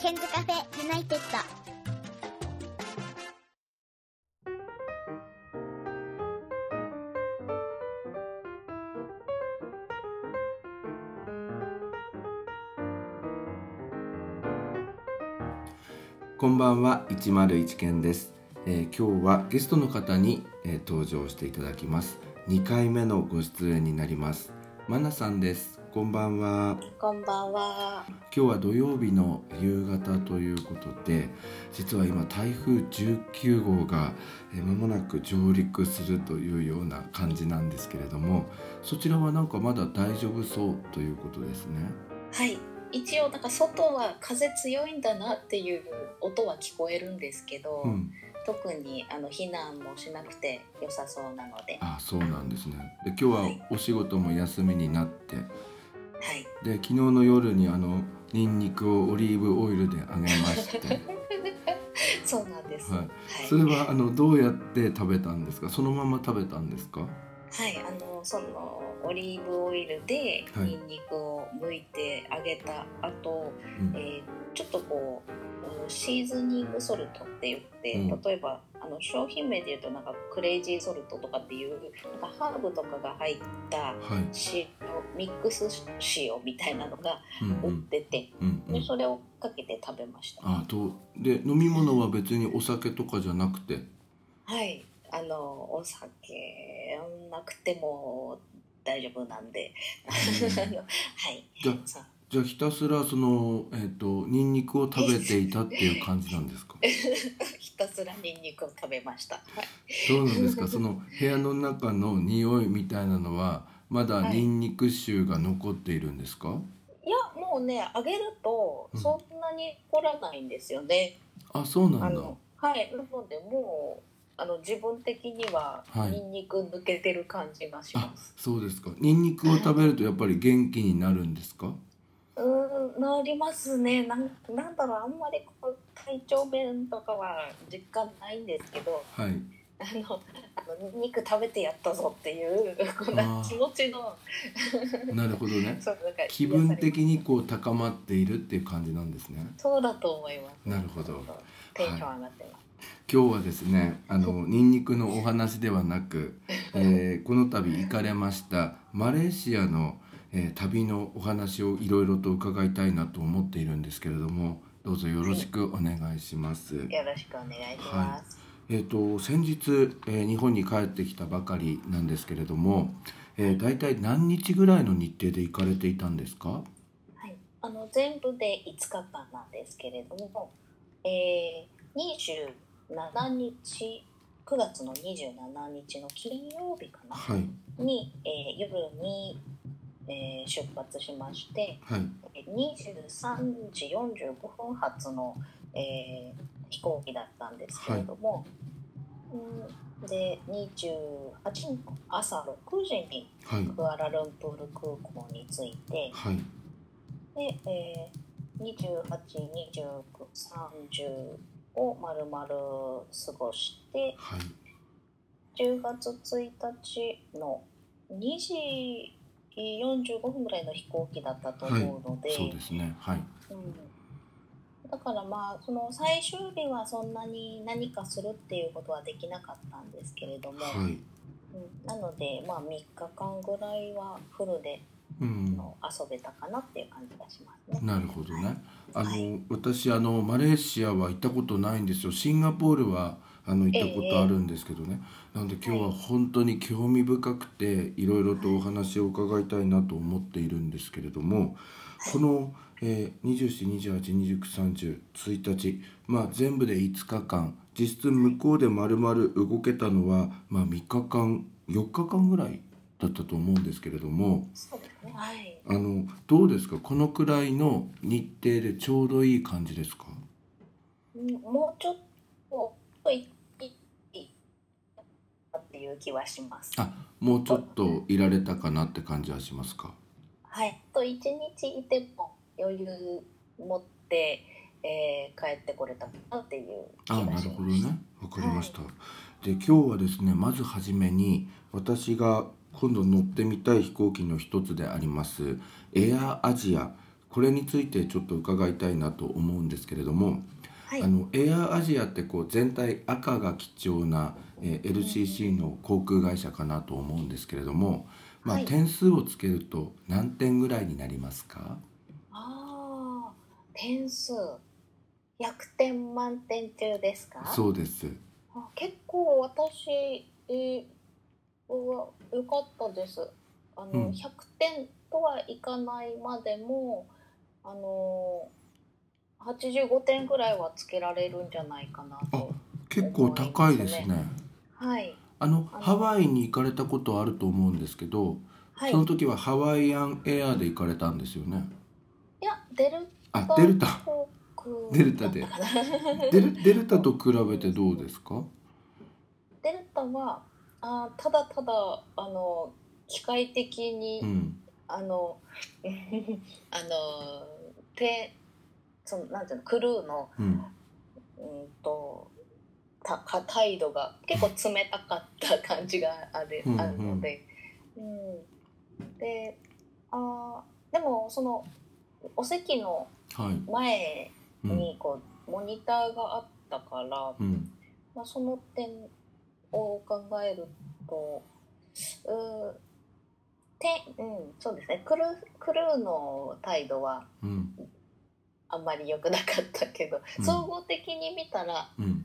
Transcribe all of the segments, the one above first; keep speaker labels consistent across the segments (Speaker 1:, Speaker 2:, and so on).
Speaker 1: ケンズカフェユナイテッド。
Speaker 2: こんばんは101件です、えー今日はゲストの方に、えー登場していただきます2回目のご出演になりますマナさんですこんばんは
Speaker 3: こんばんは。
Speaker 2: 今日は土曜日の夕方ということで実は今台風19号がえー間もなく上陸するというような感じなんですけれどもそちらはなんかまだ大丈夫そうということですね
Speaker 3: はい。一応なんか外は風強いんだなっていう音は聞こえるんですけど、
Speaker 2: うん、
Speaker 3: 特にあの避難もしなくて良さそうなので、は
Speaker 2: あそうなんですねで今日はお仕事も休みになって
Speaker 3: い。
Speaker 2: で昨日の夜にあのニンニクをオリーブオイルで揚げま して、はい、
Speaker 3: そうなんです。はい。
Speaker 2: それはあのどうやって食べたんですかそのまま食べたんですか
Speaker 3: はい。あのそのオリーブオイルで
Speaker 2: はい
Speaker 3: ニンニクを剥いて揚げた後、
Speaker 2: うん
Speaker 3: えーちょっとこう。うんシーズニングソルトって言って、
Speaker 2: うん
Speaker 3: 例えばあの商品名で言うとなんかクレイジーソルトとかっていうなんかハーブとかが入った
Speaker 2: はい、
Speaker 3: 塩ミックス塩みたいなのが
Speaker 2: うんう
Speaker 3: 売っ
Speaker 2: ん
Speaker 3: てて、
Speaker 2: うんうん
Speaker 3: でそれをかけて食べました、
Speaker 2: あとで飲み物は別にお酒とかじゃなくて
Speaker 3: はいあのお酒なくても大丈夫なんで、
Speaker 2: うん
Speaker 3: はい
Speaker 2: じゃ
Speaker 3: さあ
Speaker 2: じゃあひたすらそのえっ、とニンニクを食べていたっていう感じなんですか
Speaker 3: ひたすらニンニクを食べました、はい
Speaker 2: どうなんですかその部屋の中の匂いみたいなのはまだニンニク臭が残っているんですか、
Speaker 3: いやもうね揚げると
Speaker 2: うん
Speaker 3: そんなに凝らないんですよね、
Speaker 2: あそうな
Speaker 3: あ
Speaker 2: んだ
Speaker 3: のはいなのでもうあの自分的には
Speaker 2: はい
Speaker 3: ニンニク抜けてる感じがし
Speaker 2: あ
Speaker 3: ます、
Speaker 2: そうですかニンニクを食べるとやっぱり元気になるんですか
Speaker 3: うーん、なりますね。なん、なんだろう、あんまりこう体調面とかは実感ないんですけど。
Speaker 2: はい
Speaker 3: あの、あの、肉食べてやったぞっていう、こんな
Speaker 2: あー
Speaker 3: 気持ちの。
Speaker 2: なるほどね
Speaker 3: そう、なんか。
Speaker 2: 気分
Speaker 3: 癒され
Speaker 2: 的にこう高まっているっていう感じなんですね
Speaker 3: そうだと思います。
Speaker 2: なるほど。
Speaker 3: テンション上がってます。
Speaker 2: 今日はですねあのニンニクのお話ではなく、えーこの度行かれましたマレーシアの、えー旅のお話をいろいろと伺いたいなと思っているんですけれどもどうぞよろしくお願いします、
Speaker 3: よろしくお願いします。
Speaker 2: えー、と先日、えー日本に帰ってきたばかりなんですけれども、えー、大体何日ぐらいの日程で行かれていたんですか
Speaker 3: はい、あの全部で5日間なんですけれども、えー、27日9月の27日の金曜日かな、
Speaker 2: はい
Speaker 3: に、えー夜に、えー出発しまして
Speaker 2: はい
Speaker 3: えー23時45分発の、えー飛行機だったんですけれども、うんで28日の朝6時に
Speaker 2: はい
Speaker 3: クアラルンプール空港に着いて
Speaker 2: はい
Speaker 3: で、えー、282930を丸々過ごして
Speaker 2: はい
Speaker 3: 10月1日の2時45分ぐらいの飛行機だったと思うので,、
Speaker 2: そうですねはい
Speaker 3: うん、だからまあその最終日はそんなに何かするっていうことはできなかったんですけれども、
Speaker 2: はい
Speaker 3: うんなのでまあ3日間ぐらいはフルで
Speaker 2: う
Speaker 3: あ
Speaker 2: ん
Speaker 3: の遊べたかなっていう感じがしますね。
Speaker 2: なるほどね。あの、
Speaker 3: は
Speaker 2: 私あのマレーシアは行ったことないんですよ。シンガポールはあの行ったことあるんですけどね。なので今日は本当に興味深くていろいろとお話を伺いたいなと思っているんですけれども、この、えー、24、28、29、30、1日、まあ全部で5日間、実質向こうで丸々動けたのはまあ3日間、4日間ぐらいだったと思うんですけれども。
Speaker 3: そうですね。はい。
Speaker 2: あのどうですかこのくらいの日程でちょうどいい感じですか
Speaker 3: うんもうちょっといいいいっていう気はします。
Speaker 2: あもうちょっといられたかなって感じはしますか
Speaker 3: はい、あと一日いても余裕持って、えー帰ってこれたかなっていう気が
Speaker 2: あ
Speaker 3: しま
Speaker 2: な
Speaker 3: す。
Speaker 2: るほどねわかりました、で今日はですねまずはじめに私が今度乗ってみたい飛行機の一つでありますエアアジアこれについてちょっと伺いたいなと思うんですけれども、
Speaker 3: はい
Speaker 2: あのエアアジアってこう全体赤が基調な、えー LCC の航空会社かなと思うんですけれども、まあ、
Speaker 3: はい
Speaker 2: 点数をつけると何点ぐらいになりますか
Speaker 3: ああ、点数。100点満点中ですか
Speaker 2: そうです
Speaker 3: あ結構私、えー、うわよかったですあの、
Speaker 2: うん
Speaker 3: 100点とはいかないまでもあのー85点ぐらいはつけられるんじゃないかなと
Speaker 2: 結構高いですね
Speaker 3: はい
Speaker 2: あの
Speaker 3: あの
Speaker 2: ハワイに行かれたことあると思うんですけど、
Speaker 3: はいい
Speaker 2: その時はハワイアンエアで行かれたんですよね
Speaker 3: やデル
Speaker 2: あ
Speaker 3: タ
Speaker 2: デルタ
Speaker 3: 航空
Speaker 2: デルタで
Speaker 3: だったかな
Speaker 2: デルデルタと比べてどうですか
Speaker 3: デルタはあーただただあの機械的に、
Speaker 2: うん
Speaker 3: あの あのてそのなんていうのクルーの
Speaker 2: うん
Speaker 3: うんとたか態度が結構冷たかった感じがある
Speaker 2: うんうん
Speaker 3: あるので、うん、であーでもそのお席の
Speaker 2: はい
Speaker 3: 前
Speaker 2: うん
Speaker 3: にこう、モニターがあったから、
Speaker 2: うん
Speaker 3: まあ、その点を考えるとうーて、うん、そうですねクルークルーの態度は
Speaker 2: うん
Speaker 3: あんまり良くなかったけど、
Speaker 2: うん
Speaker 3: 総合的に見たら
Speaker 2: うん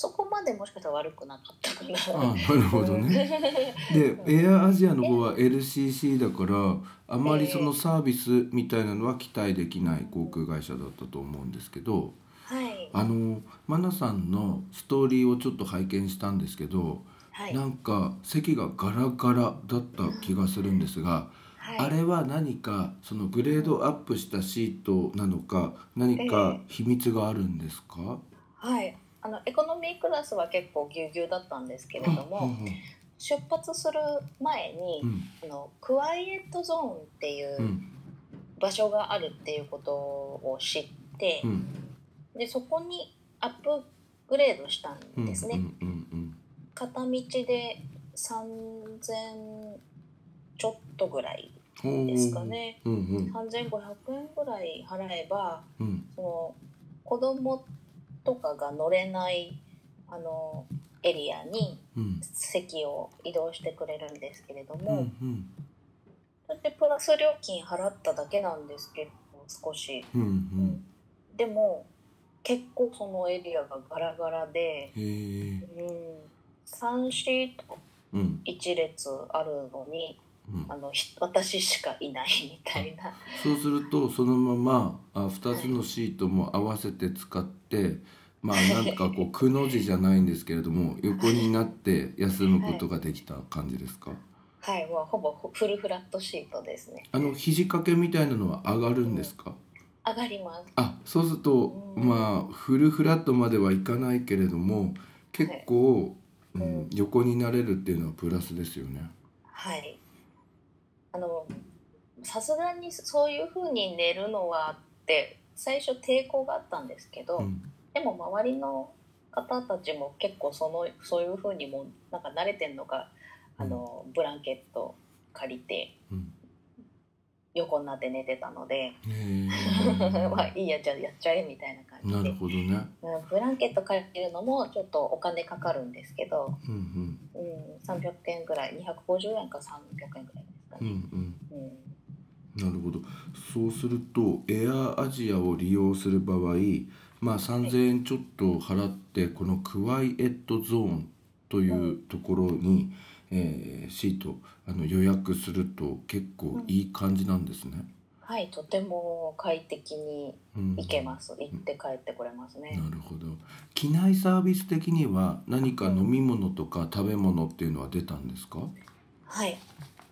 Speaker 3: そこまでもしかしたら悪くなかったか
Speaker 2: あ
Speaker 3: な。
Speaker 2: なるほどね。でエアアジアの方は LCC だからあまりそのサービスみたいなのは期待できない航空会社だったと思うんですけど
Speaker 3: はい。
Speaker 2: あのマナさんのストーリーをちょっと拝見したんですけど
Speaker 3: はい。
Speaker 2: なんか席がガラガラだった気がするんですが
Speaker 3: はい、
Speaker 2: あれは何かそのグレードアップしたシートなのか何か秘密があるんですか
Speaker 3: はい。あのエコノミークラスは結構ぎゅうぎゅうだったんですけれど
Speaker 2: あ
Speaker 3: も、出発する前に、
Speaker 2: うん
Speaker 3: あのクワイエットゾーンっていううん場所があるっていうことを知って、
Speaker 2: うん
Speaker 3: でそこにアップグレードした
Speaker 2: うんん
Speaker 3: ですね。
Speaker 2: うんうんうん
Speaker 3: 片道で3000ちょっとぐらい
Speaker 2: ほう
Speaker 3: ですかね。
Speaker 2: うんうん
Speaker 3: 3500円ぐらい払えば。
Speaker 2: うん
Speaker 3: その子供とかが乗れないあのエリアに
Speaker 2: うん
Speaker 3: 席を移動してくれるんですけれど
Speaker 2: う
Speaker 3: も、
Speaker 2: んうん
Speaker 3: そしてプラス料金払っただけなんですけど少し、
Speaker 2: うんうん
Speaker 3: でも結構そのエリアがガラガラで、
Speaker 2: へえ
Speaker 3: うん、3シート
Speaker 2: うん
Speaker 3: 1列あるのに
Speaker 2: うん
Speaker 3: あのひ私しかいないみたいな。
Speaker 2: そうするとそのままあ2つのシートも合わせて使ってまあなんかこうくの字じゃないんですけれども横になって休むことができた感じですか
Speaker 3: はい、もうほぼフルフラットシートですね。
Speaker 2: あの肘掛けみたいなのは上がるんですか
Speaker 3: 上がります。
Speaker 2: あそうすると
Speaker 3: うん
Speaker 2: まあフルフラットまではいかないけれども結構、う
Speaker 3: うんん、
Speaker 2: 横になれるっていうのはプラスですよね。
Speaker 3: はい。あの、さすがにそういう風に寝るのはって、最初抵抗があったんですけど、
Speaker 2: うん
Speaker 3: でも周りの方たちも結構その、そういう風にも、なんか慣れてんのか、あの、ブランケット借りて、
Speaker 2: うん
Speaker 3: 横になって寝てたので、
Speaker 2: へ
Speaker 3: まあ
Speaker 2: え
Speaker 3: いいや、じゃあやっちゃえみたいな感
Speaker 2: な
Speaker 3: じ
Speaker 2: る
Speaker 3: で。
Speaker 2: ほどね。
Speaker 3: うんブランケット借りるのもちょっとお金かかるんですけど、
Speaker 2: うん
Speaker 3: うん、300円ぐらい、250円か300円ぐらいですか
Speaker 2: うんう
Speaker 3: ね。
Speaker 2: んうん
Speaker 3: うん
Speaker 2: なるほどそうするとエアアジアを利用する場合、まあ、3,000円ちょっと払ってこのクワイエットゾーンというところに、えーシートあの予約すると結構いい感じなんですね。
Speaker 3: はい、とても快適に
Speaker 2: うん
Speaker 3: 行けます。行って帰ってこれますね。
Speaker 2: なるほど機内サービス的には何か飲み物とか食べ物っていうのは出たんですか、
Speaker 3: はい。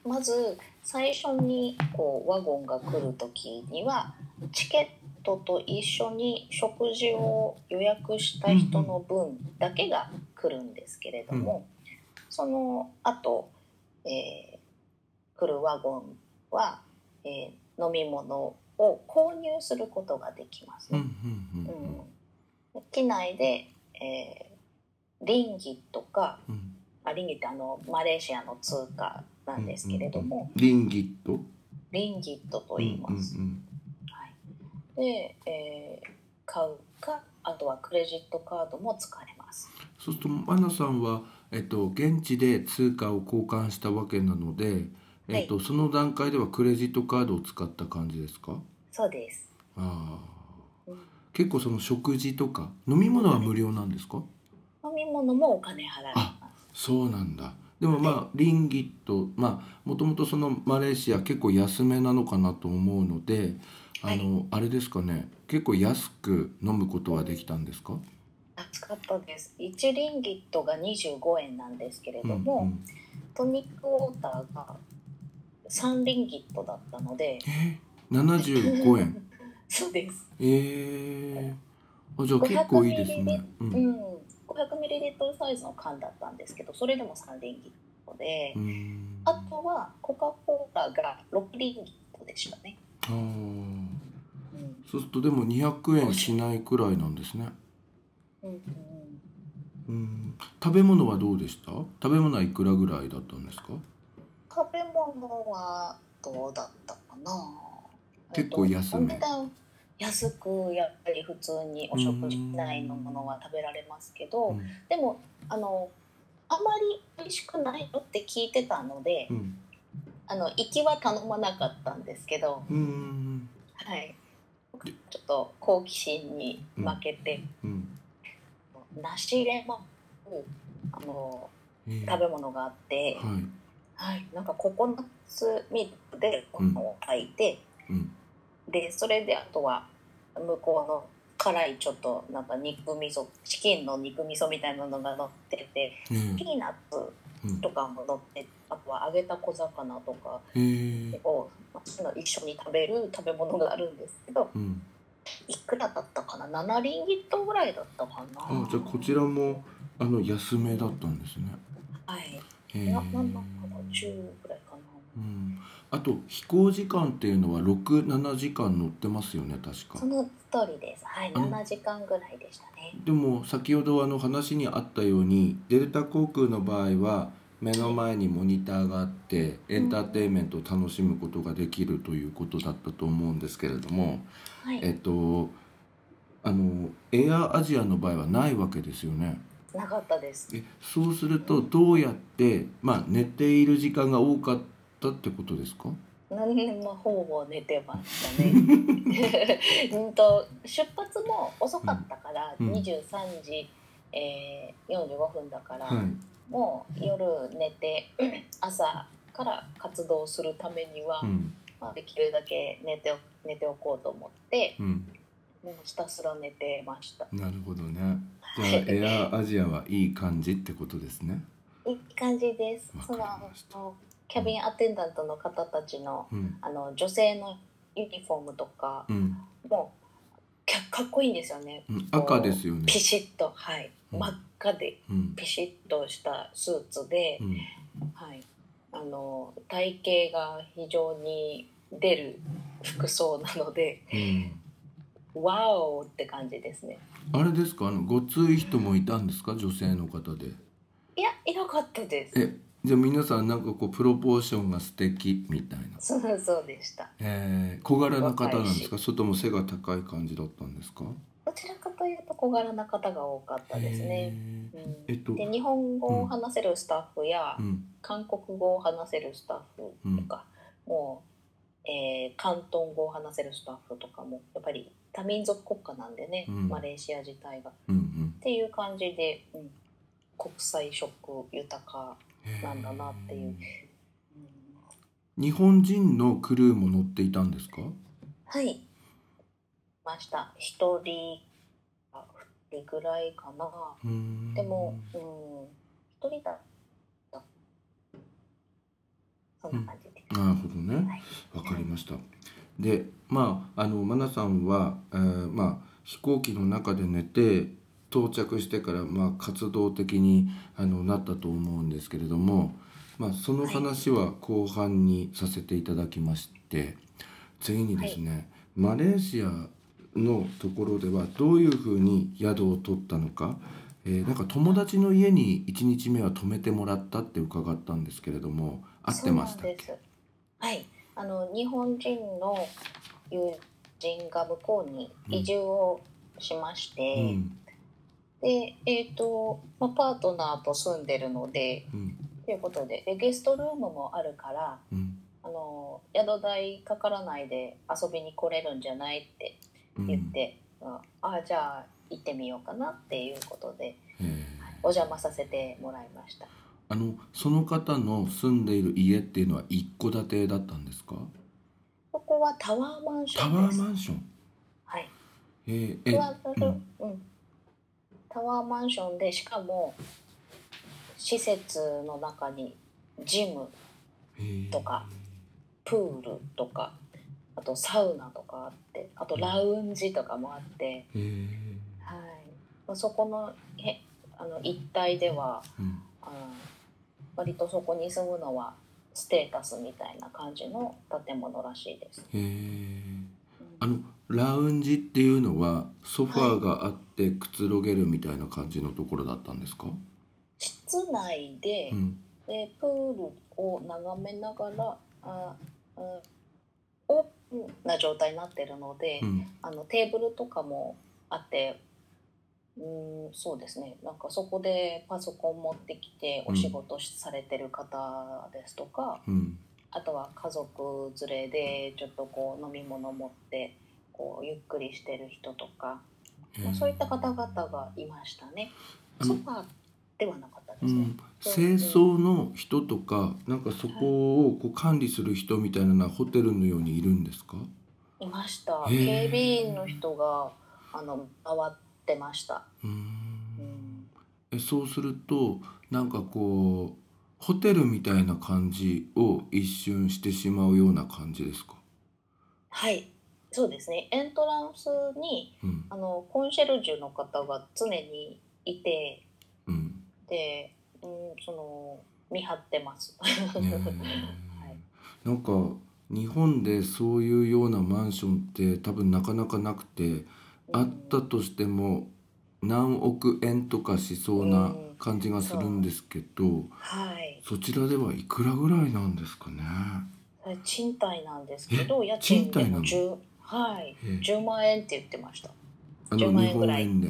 Speaker 3: まず最初にこうワゴンが来る時にはチケットと一緒に食事を予約した人の分だけが来るんですけれども、その後、えー来るワゴンは、えー飲み物を購入することができます
Speaker 2: うん
Speaker 3: ね。
Speaker 2: うんうん
Speaker 3: うん、機内で、えーリンギとか
Speaker 2: うん
Speaker 3: あリンギってあのマレーシアの通貨なんですけれども、
Speaker 2: うんうんうんリンギット
Speaker 3: リンギットと言います、
Speaker 2: うんうんうん
Speaker 3: はい、で、えー買うかあとはクレジットカードも使えます。
Speaker 2: そうするとマナさんは、えっと、現地で通貨を交換したわけなので、えっと、その段階ではクレジットカードを使った感じですか
Speaker 3: そうです。
Speaker 2: ああ結構その食事とか飲み物は無料なんですか
Speaker 3: 飲み物もお金払います。
Speaker 2: そうなんだでもまあリンギットまあもともとそのマレーシア結構安めなのかなと思うのであの、あれですかね結構安く飲むことはできたんですか、
Speaker 3: 安かったです。1リンギットが25円なんですけれ
Speaker 2: うん
Speaker 3: ども、トニックウォーターが3リンギットだったので、
Speaker 2: うん、75円
Speaker 3: そうです。
Speaker 2: えー、あじゃあ結構いいですね。う
Speaker 3: うんん、500ミリリットルサイズの缶だったんですけど、それでも3リンギットで、
Speaker 2: うん、
Speaker 3: あとはコカ・コーラが6リンギットでしたね。
Speaker 2: あー
Speaker 3: うん
Speaker 2: そうするとでも200円しないくらいなんですね。
Speaker 3: うん
Speaker 2: う
Speaker 3: うん
Speaker 2: ん、食べ物はどうでした食べ物はいくらぐらいだったんですか
Speaker 3: 食べ物はどうだったかな
Speaker 2: 結構安め
Speaker 3: えっとお値段安くやっぱり普通にお食事内のものは食べられますけど、
Speaker 2: うん
Speaker 3: でもあのあまり美味しくないよって聞いてたので、
Speaker 2: うん
Speaker 3: あの行きは頼まなかったんですけど、
Speaker 2: うん
Speaker 3: はい、ちょっと好奇心に負けて、
Speaker 2: うん
Speaker 3: 梨レモンあの
Speaker 2: えー
Speaker 3: 食べ物があって、
Speaker 2: はい
Speaker 3: はい、なんかココナッツミルクでご飯を炊いて、
Speaker 2: うん
Speaker 3: でそれであとは向こうの辛いちょっとなんか肉味噌チキンの肉味噌みたいなのが乗ってて
Speaker 2: えー
Speaker 3: ピーナッツ
Speaker 2: うん
Speaker 3: とかも乗ってあとは揚げた小魚とか
Speaker 2: えー
Speaker 3: をその一緒に食べる食べ物があるんですけど
Speaker 2: うん
Speaker 3: いくらだったかな7リンギットぐらいだったかな
Speaker 2: あじゃあこちらもあの安めだったんですね。
Speaker 3: はい
Speaker 2: えー
Speaker 3: ななんだかな10ぐらいかな
Speaker 2: うん、あと飛行時間っていうのは67時間乗ってますよね確か
Speaker 3: そ。の通りですはい
Speaker 2: あの
Speaker 3: 7時間ぐらいでしたね
Speaker 2: でも先ほどあの話にあったようにデルタ航空の場合は目の前にモニターがあってエンターテインメントを楽しむことができるということだったと思うんですけれども、
Speaker 3: はい
Speaker 2: えっとあのエアアジアの場合はないわけですよね。
Speaker 3: なかったです。
Speaker 2: えそうするとどうやってまあ寝ている時間が多かったってことですか？
Speaker 3: 何年もほぼ寝てまし たね。うんと出発も遅かったから、
Speaker 2: うん
Speaker 3: 23時、えー、45分だから、
Speaker 2: はい。
Speaker 3: もう夜寝て 朝から活動するためには、
Speaker 2: うん
Speaker 3: まあ、できるだけ寝てお寝ておこうと思って、
Speaker 2: うん。
Speaker 3: もうひたすら寝てました。
Speaker 2: なるほどね。じゃあエアアジアはいい感じってことですね。
Speaker 3: いい感じです
Speaker 2: わ。か
Speaker 3: そ
Speaker 2: り
Speaker 3: の
Speaker 2: ました
Speaker 3: あのキャビンアテンダントの方たちの
Speaker 2: うん
Speaker 3: あの女性のユニフォームとか。
Speaker 2: うん。
Speaker 3: もうかかっこいいんですよね。
Speaker 2: うん、赤ですよね。
Speaker 3: ピシッと、はい、
Speaker 2: うん
Speaker 3: 真っ赤で
Speaker 2: うん。
Speaker 3: ピシッとしたスーツで
Speaker 2: う、ん。
Speaker 3: はい、あの体型が非常に出る服装なので、
Speaker 2: うん。
Speaker 3: ワオって感じですね。
Speaker 2: あれですか、あのごつい人もいたんですか、女性の方で。
Speaker 3: いや、いなかったです。
Speaker 2: え、じゃあ皆さんなんかこうプロポーションが素敵みたいな。
Speaker 3: そうそうでした。
Speaker 2: えー、小柄な方なんですか、外も背が高い感じだったんですか。
Speaker 3: どちらかというと小柄な方が多かったですね。
Speaker 2: へ
Speaker 3: うん
Speaker 2: えっと
Speaker 3: で日本語を話せるスタッフや、
Speaker 2: ー。うん。
Speaker 3: 韓国語を話せるスタッフとか、もう、えー広東語を話せるスタッフとかもやっぱり多民族国家なんでね、
Speaker 2: うん
Speaker 3: マレーシア自体が。っ
Speaker 2: うんうん。
Speaker 3: ていう感じで、うん、国際色豊か、
Speaker 2: へー
Speaker 3: なんだなっていう。うん
Speaker 2: 日本人のクルーも乗っていたんですか。
Speaker 3: はいました一人あ二人ぐらいかな
Speaker 2: うん。
Speaker 3: でも、うん、一人だったそんな感じで、
Speaker 2: なるほどね
Speaker 3: はい。
Speaker 2: わかりました。で、まああのマナさんは、えーまあ飛行機の中で寝て到着してからまあ活動的にあのなったと思うんですけれども、まあその話は後半にさせていただきまして、次にですね、マレーシアのところではどういうふうに宿を取ったのか。えーなんか友達の家に1日目は泊めてもらったって伺ったんですけれども合ってましたっけ
Speaker 3: そうなんですはいあの日本人の友人が向こうに移住をしまして、
Speaker 2: うん
Speaker 3: で、えっ、と、まあ、パートナーと住んでるので、
Speaker 2: うん
Speaker 3: ということで、でゲストルームもあるから、
Speaker 2: うん
Speaker 3: あの、宿代かからないで遊びに来れるんじゃないって
Speaker 2: うん
Speaker 3: 言って、ああ、じゃあ行ってみようかなっていうことで、
Speaker 2: へえ
Speaker 3: お邪魔させてもらいました。
Speaker 2: あのその方の住んでいる家っていうのは一戸建てだったんですか
Speaker 3: ここはタワーマンシ
Speaker 2: タ
Speaker 3: ョン
Speaker 2: ワ
Speaker 3: で
Speaker 2: ー
Speaker 3: す。
Speaker 2: マンション
Speaker 3: はい。
Speaker 2: へー
Speaker 3: タ
Speaker 2: え
Speaker 3: ワーマンションうんタワーマンションでしかも施設の中にジム
Speaker 2: へー
Speaker 3: とかプールとかあとサウナとかあってあとラウンジとかもあって、
Speaker 2: へー
Speaker 3: はいまあ、そこのへあの一帯では
Speaker 2: うん
Speaker 3: あの割とそこに住むのはステータスみたいな感じの建物らしいです。
Speaker 2: へー
Speaker 3: うん
Speaker 2: あのラウンジっていうのはソファーがあってくつろげるみたいな感じのところだったんですか、
Speaker 3: 室内で、
Speaker 2: うん
Speaker 3: でプールを眺めながらあ、うん、オープンな状態になってるので、
Speaker 2: うん
Speaker 3: あのテーブルとかもあってうんそうですねなんかそこでパソコン持ってきてお仕事しされてる方ですとか、
Speaker 2: うん
Speaker 3: あとは家族連れでちょっとこう飲み物持ってこうゆっくりしてる人とか、
Speaker 2: へ
Speaker 3: まあ
Speaker 2: ー
Speaker 3: そういった方々がいましたね。
Speaker 2: あ
Speaker 3: ソ
Speaker 2: の
Speaker 3: ファーではなかったで
Speaker 2: う
Speaker 3: すね。
Speaker 2: ん、清掃の人とかなんかそこをこう管理する人みたいなのはホテルのようにいるんですか
Speaker 3: いました。
Speaker 2: へー
Speaker 3: 警備員の人があの回ってました。
Speaker 2: うー
Speaker 3: うんん、
Speaker 2: えそうするとなんかこうホテルみたいな感じを一瞬してしまうような感じですか、
Speaker 3: はい、そうですね。エントランスに
Speaker 2: うん
Speaker 3: あのコンシェルジュの方が常にいて
Speaker 2: うん
Speaker 3: で、うん、その見張ってます。
Speaker 2: ね
Speaker 3: い
Speaker 2: えなんか日本でそういうようなマンションって多分なかなかなくてあったとしても何億円とかしそうな感じがするんですけど、
Speaker 3: はい。
Speaker 2: そちらではいくらぐらいなんですかね。
Speaker 3: それ賃貸なんですけど、家
Speaker 2: 賃
Speaker 3: 賃で
Speaker 2: 貸な
Speaker 3: も
Speaker 2: の
Speaker 3: 十はい
Speaker 2: へー
Speaker 3: 十万円って言ってました。
Speaker 2: あ
Speaker 3: 10
Speaker 2: の
Speaker 3: 万
Speaker 2: 日
Speaker 3: 円ぐ
Speaker 2: 本
Speaker 3: らい
Speaker 2: 円で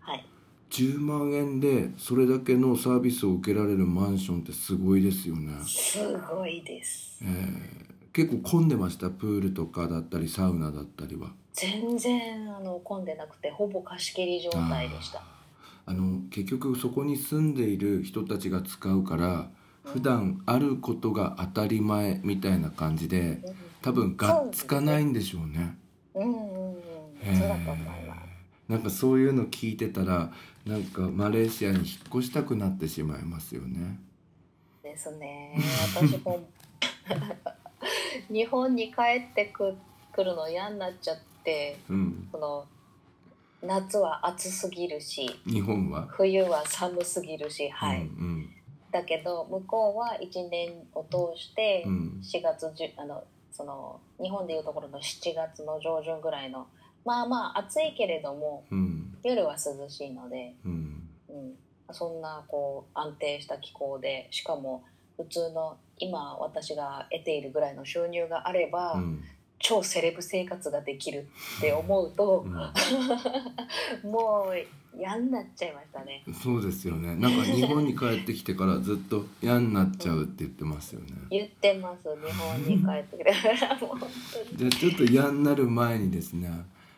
Speaker 3: はい。
Speaker 2: 10万円でそれだけのサービスを受けられるマンションってすごいですよね。
Speaker 3: すごいです
Speaker 2: え。ー結構混んでましたプールとかだったりサウナだったりは。
Speaker 3: 全然あの混んでなくて、ほぼ貸し切り状態でした。
Speaker 2: あの結局そこに住んでいる人たちが使うから普段あることが当たり前みたいな感じで
Speaker 3: うん
Speaker 2: 多分がっつかないんでしょうね。
Speaker 3: うんうんうん、そうだと思います。
Speaker 2: なんかそういうの聞いてたらなんかマレーシアに引っ越したくなってしまいますよね。
Speaker 3: ですね。私も日本に帰ってくくるの嫌になっちゃって、
Speaker 2: うん、
Speaker 3: この夏は暑すぎるし、
Speaker 2: 日本は、
Speaker 3: 冬は寒すぎるし、は
Speaker 2: う
Speaker 3: い。
Speaker 2: ん
Speaker 3: だけど向こうは一年を通して
Speaker 2: うんうん
Speaker 3: 4月じゅあのその日本でいうところの7月の上旬ぐらいのまあまあ暑いけれども
Speaker 2: うん
Speaker 3: 夜は涼しいので。
Speaker 2: うん
Speaker 3: うん、そんなこう安定した気候でしかも普通の今私が得ているぐらいの収入があれば、
Speaker 2: うん
Speaker 3: 超セレブ生活ができるって思うと、もう嫌になっちゃいましたね
Speaker 2: うんそうですよ ねなんか日本に帰ってきてからずっと嫌になっちゃうって言ってますよね。
Speaker 3: 言ってます日本に帰ってくれもう本当に
Speaker 2: じゃあちょっと嫌になる前にですね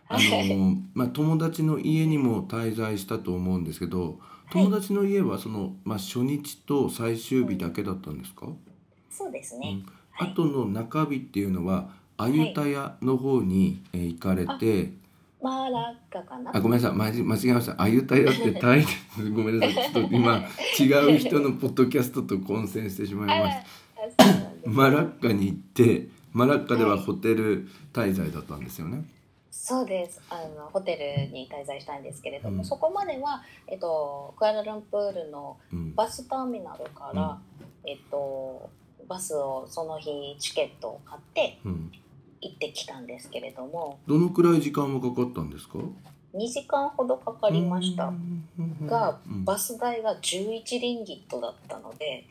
Speaker 2: あの、まあ、友達の家にも滞在したと思うんですけど友達の家はその、まあ、初日と最終日だけだったんですか、
Speaker 3: そうですね、
Speaker 2: うん
Speaker 3: はい
Speaker 2: あとの中日っていうのはアユタヤの方にえー行かれて、
Speaker 3: マーラッカかな
Speaker 2: あごめんなさい間違間違えましたアユタヤってタイですごめんなさいちょっと今違う人のポッドキャストと混戦してしま
Speaker 3: あ
Speaker 2: い
Speaker 3: ら
Speaker 2: ま
Speaker 3: あ
Speaker 2: し
Speaker 3: そうなんです
Speaker 2: たマラッカに行ってマラッカではホテル滞在だったんですよね、
Speaker 3: そうですあのホテルに滞在したんですけれども、
Speaker 2: うん
Speaker 3: そこまでは、えっと、クアラルンプールの
Speaker 2: うん、
Speaker 3: バスターミナルから、えっと、バスをその日チケットを買って
Speaker 2: うん、
Speaker 3: 行ってきたんですけれども
Speaker 2: どのくらい時間はかかったんですか
Speaker 3: 2時間ほどかか
Speaker 2: あ
Speaker 3: りましたが、
Speaker 2: バ
Speaker 3: バス代が11リンギットだったので、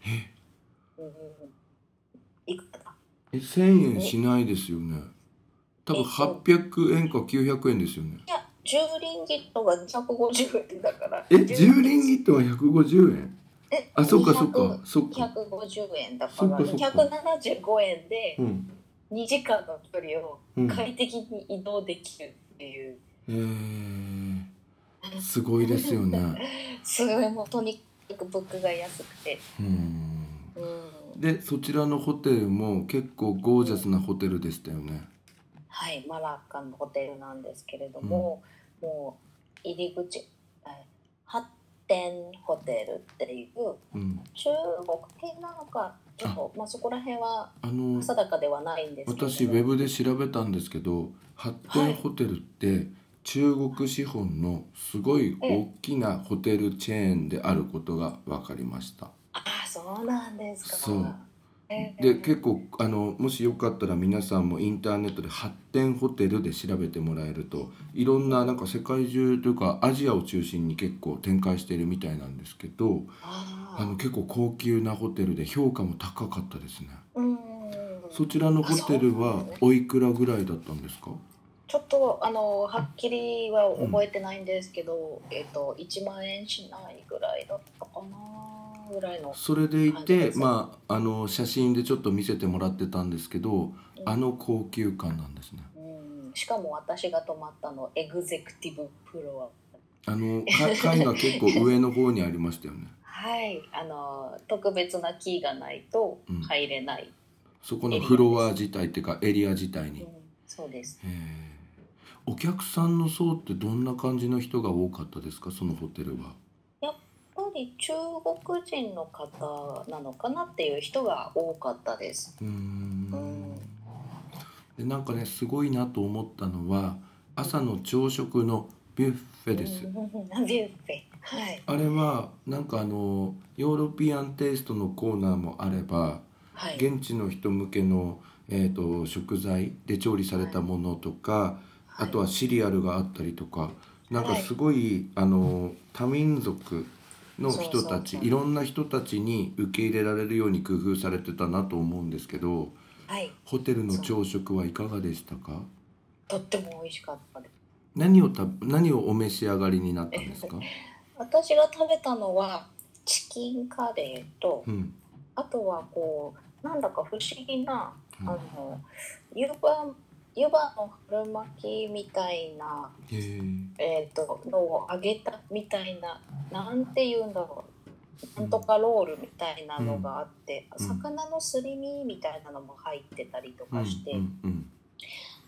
Speaker 3: うん、いくらだ
Speaker 2: え1000円しないですよね多分800円か900円ですよね
Speaker 3: いや、10リンギットが250円だから。
Speaker 2: え10リンギットは150円
Speaker 3: え
Speaker 2: あそっかそっかそっか
Speaker 3: 250円だから
Speaker 2: そっかそっ
Speaker 3: 275円で
Speaker 2: うん
Speaker 3: 2時間の距離を
Speaker 2: うん
Speaker 3: 快適に移動できるっていう、
Speaker 2: えー、すごいですよね
Speaker 3: それもとにかく物価が安くて、
Speaker 2: うん
Speaker 3: うん、
Speaker 2: でそちらのホテルも結構ゴージャスなホテルでしたよね
Speaker 3: はいマラッカのホテルなんですけれども、もう入り口はい発展ホテルっていう
Speaker 2: うん
Speaker 3: 中国系なのかちょっとまあ、そこら辺は
Speaker 2: あの
Speaker 3: 定かではないんですけれど
Speaker 2: 私ウェブで調べたんですけど発展ホテルって中国資本のすごい大きなホテルチェーンであることが分かりました。
Speaker 3: ああそうなんですか。
Speaker 2: そう
Speaker 3: ええ
Speaker 2: で結構あのもしよかったら皆さんもインターネットで発展ホテルで調べてもらえるといろんななんか世界中というかアジアを中心に結構展開しているみたいなんですけど
Speaker 3: あ
Speaker 2: あ
Speaker 3: あ
Speaker 2: の結構高級なホテルで評価も高かったですね
Speaker 3: うん
Speaker 2: そちらのホテルはおいくらぐらいだったんですか
Speaker 3: ちょっとあのはっきりは覚えてないんですけど、えっ、と1万円しないぐらいだったかなぐらいの
Speaker 2: それでい
Speaker 3: は
Speaker 2: て
Speaker 3: い、
Speaker 2: まあ、あの写真でちょっと見せてもらってたんですけど
Speaker 3: うん
Speaker 2: あの高級感なんですね
Speaker 3: うんしかも私が泊まったのエグゼクティブプロは
Speaker 2: あのか 階が結構上の方にありましたよね
Speaker 3: はいあの特別なキーがないと
Speaker 2: うん
Speaker 3: 入れない、
Speaker 2: そこのフロア自体っていうかエリア自体に
Speaker 3: うんそうです
Speaker 2: へえお客さんの層ってどんな感じの人が多かったですかそのホテルは
Speaker 3: やっぱり中国人の方なのかなっていう人が多かったです
Speaker 2: うー
Speaker 3: うんん
Speaker 2: でなんかねすごいなと思ったのは朝の朝食のビュッフェです
Speaker 3: うんビュッフェはい
Speaker 2: あれはなんかあのヨーロピアンテイストのコーナーもあれば
Speaker 3: はい
Speaker 2: 現地の人向けの、えー、と食材で調理されたものとか、あとはシリアルがあったりとかなんかすごい、あの多民族の人たち
Speaker 3: そうそうそう
Speaker 2: いろんな人たちに受け入れられるように工夫されてたなと思うんですけど
Speaker 3: はい、
Speaker 2: ホテルの朝食はいかがでしたか
Speaker 3: とっても美味しかったです。
Speaker 2: 何をた何をお召し上がりになったんですか、
Speaker 3: 私が食べたのはチキンカレーと、
Speaker 2: うん
Speaker 3: あとはこうなんだか不思議な、
Speaker 2: うん
Speaker 3: あの湯葉湯葉の春巻きみたいな
Speaker 2: へえ
Speaker 3: えっ、とのを揚げたみたいななんて言うんだろうなんとかロールみたいなのがあって、
Speaker 2: うん
Speaker 3: 魚のすり身みたいなのも入ってたりと
Speaker 2: うんう
Speaker 3: かして、
Speaker 2: んうん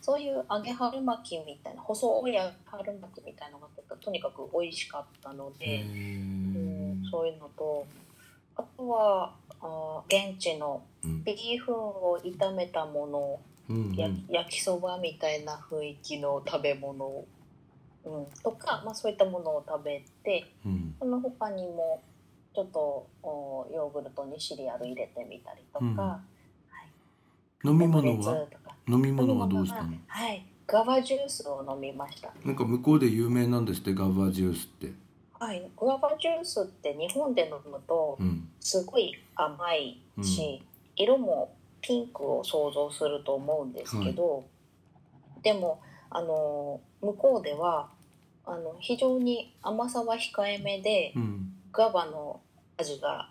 Speaker 3: そういう揚げ春巻きみたいな細い揚げ春巻きみたいなのがあってとにかく美味しかったの
Speaker 2: へ
Speaker 3: で、
Speaker 2: え
Speaker 3: うん、そういうのとあとはあー現地の
Speaker 2: うん
Speaker 3: ビーフンを炒めたもの、
Speaker 2: うんうん
Speaker 3: や焼きそばみたいな雰囲気の食べ物を、うん、とか、まあ、そういったものを食べて
Speaker 2: うん
Speaker 3: その他にもちょっとおヨーグルトにシリアル入れてみたりと
Speaker 2: う
Speaker 3: か、
Speaker 2: ん
Speaker 3: オ
Speaker 2: 飲み
Speaker 3: ムレ
Speaker 2: 物
Speaker 3: ツ
Speaker 2: は
Speaker 3: とか
Speaker 2: 飲み物はどうした
Speaker 3: 飲
Speaker 2: の
Speaker 3: み物ははいガバジュースを飲みました
Speaker 2: なんか向こうで有名なんですってガバジュースって
Speaker 3: はいグアバジュースって日本で飲むと
Speaker 2: うん
Speaker 3: すごい甘いし、色もピンクを想像すると思うんですけど、でもあの向こうではあの非常に甘さは控えめで、
Speaker 2: うん
Speaker 3: ガバの味が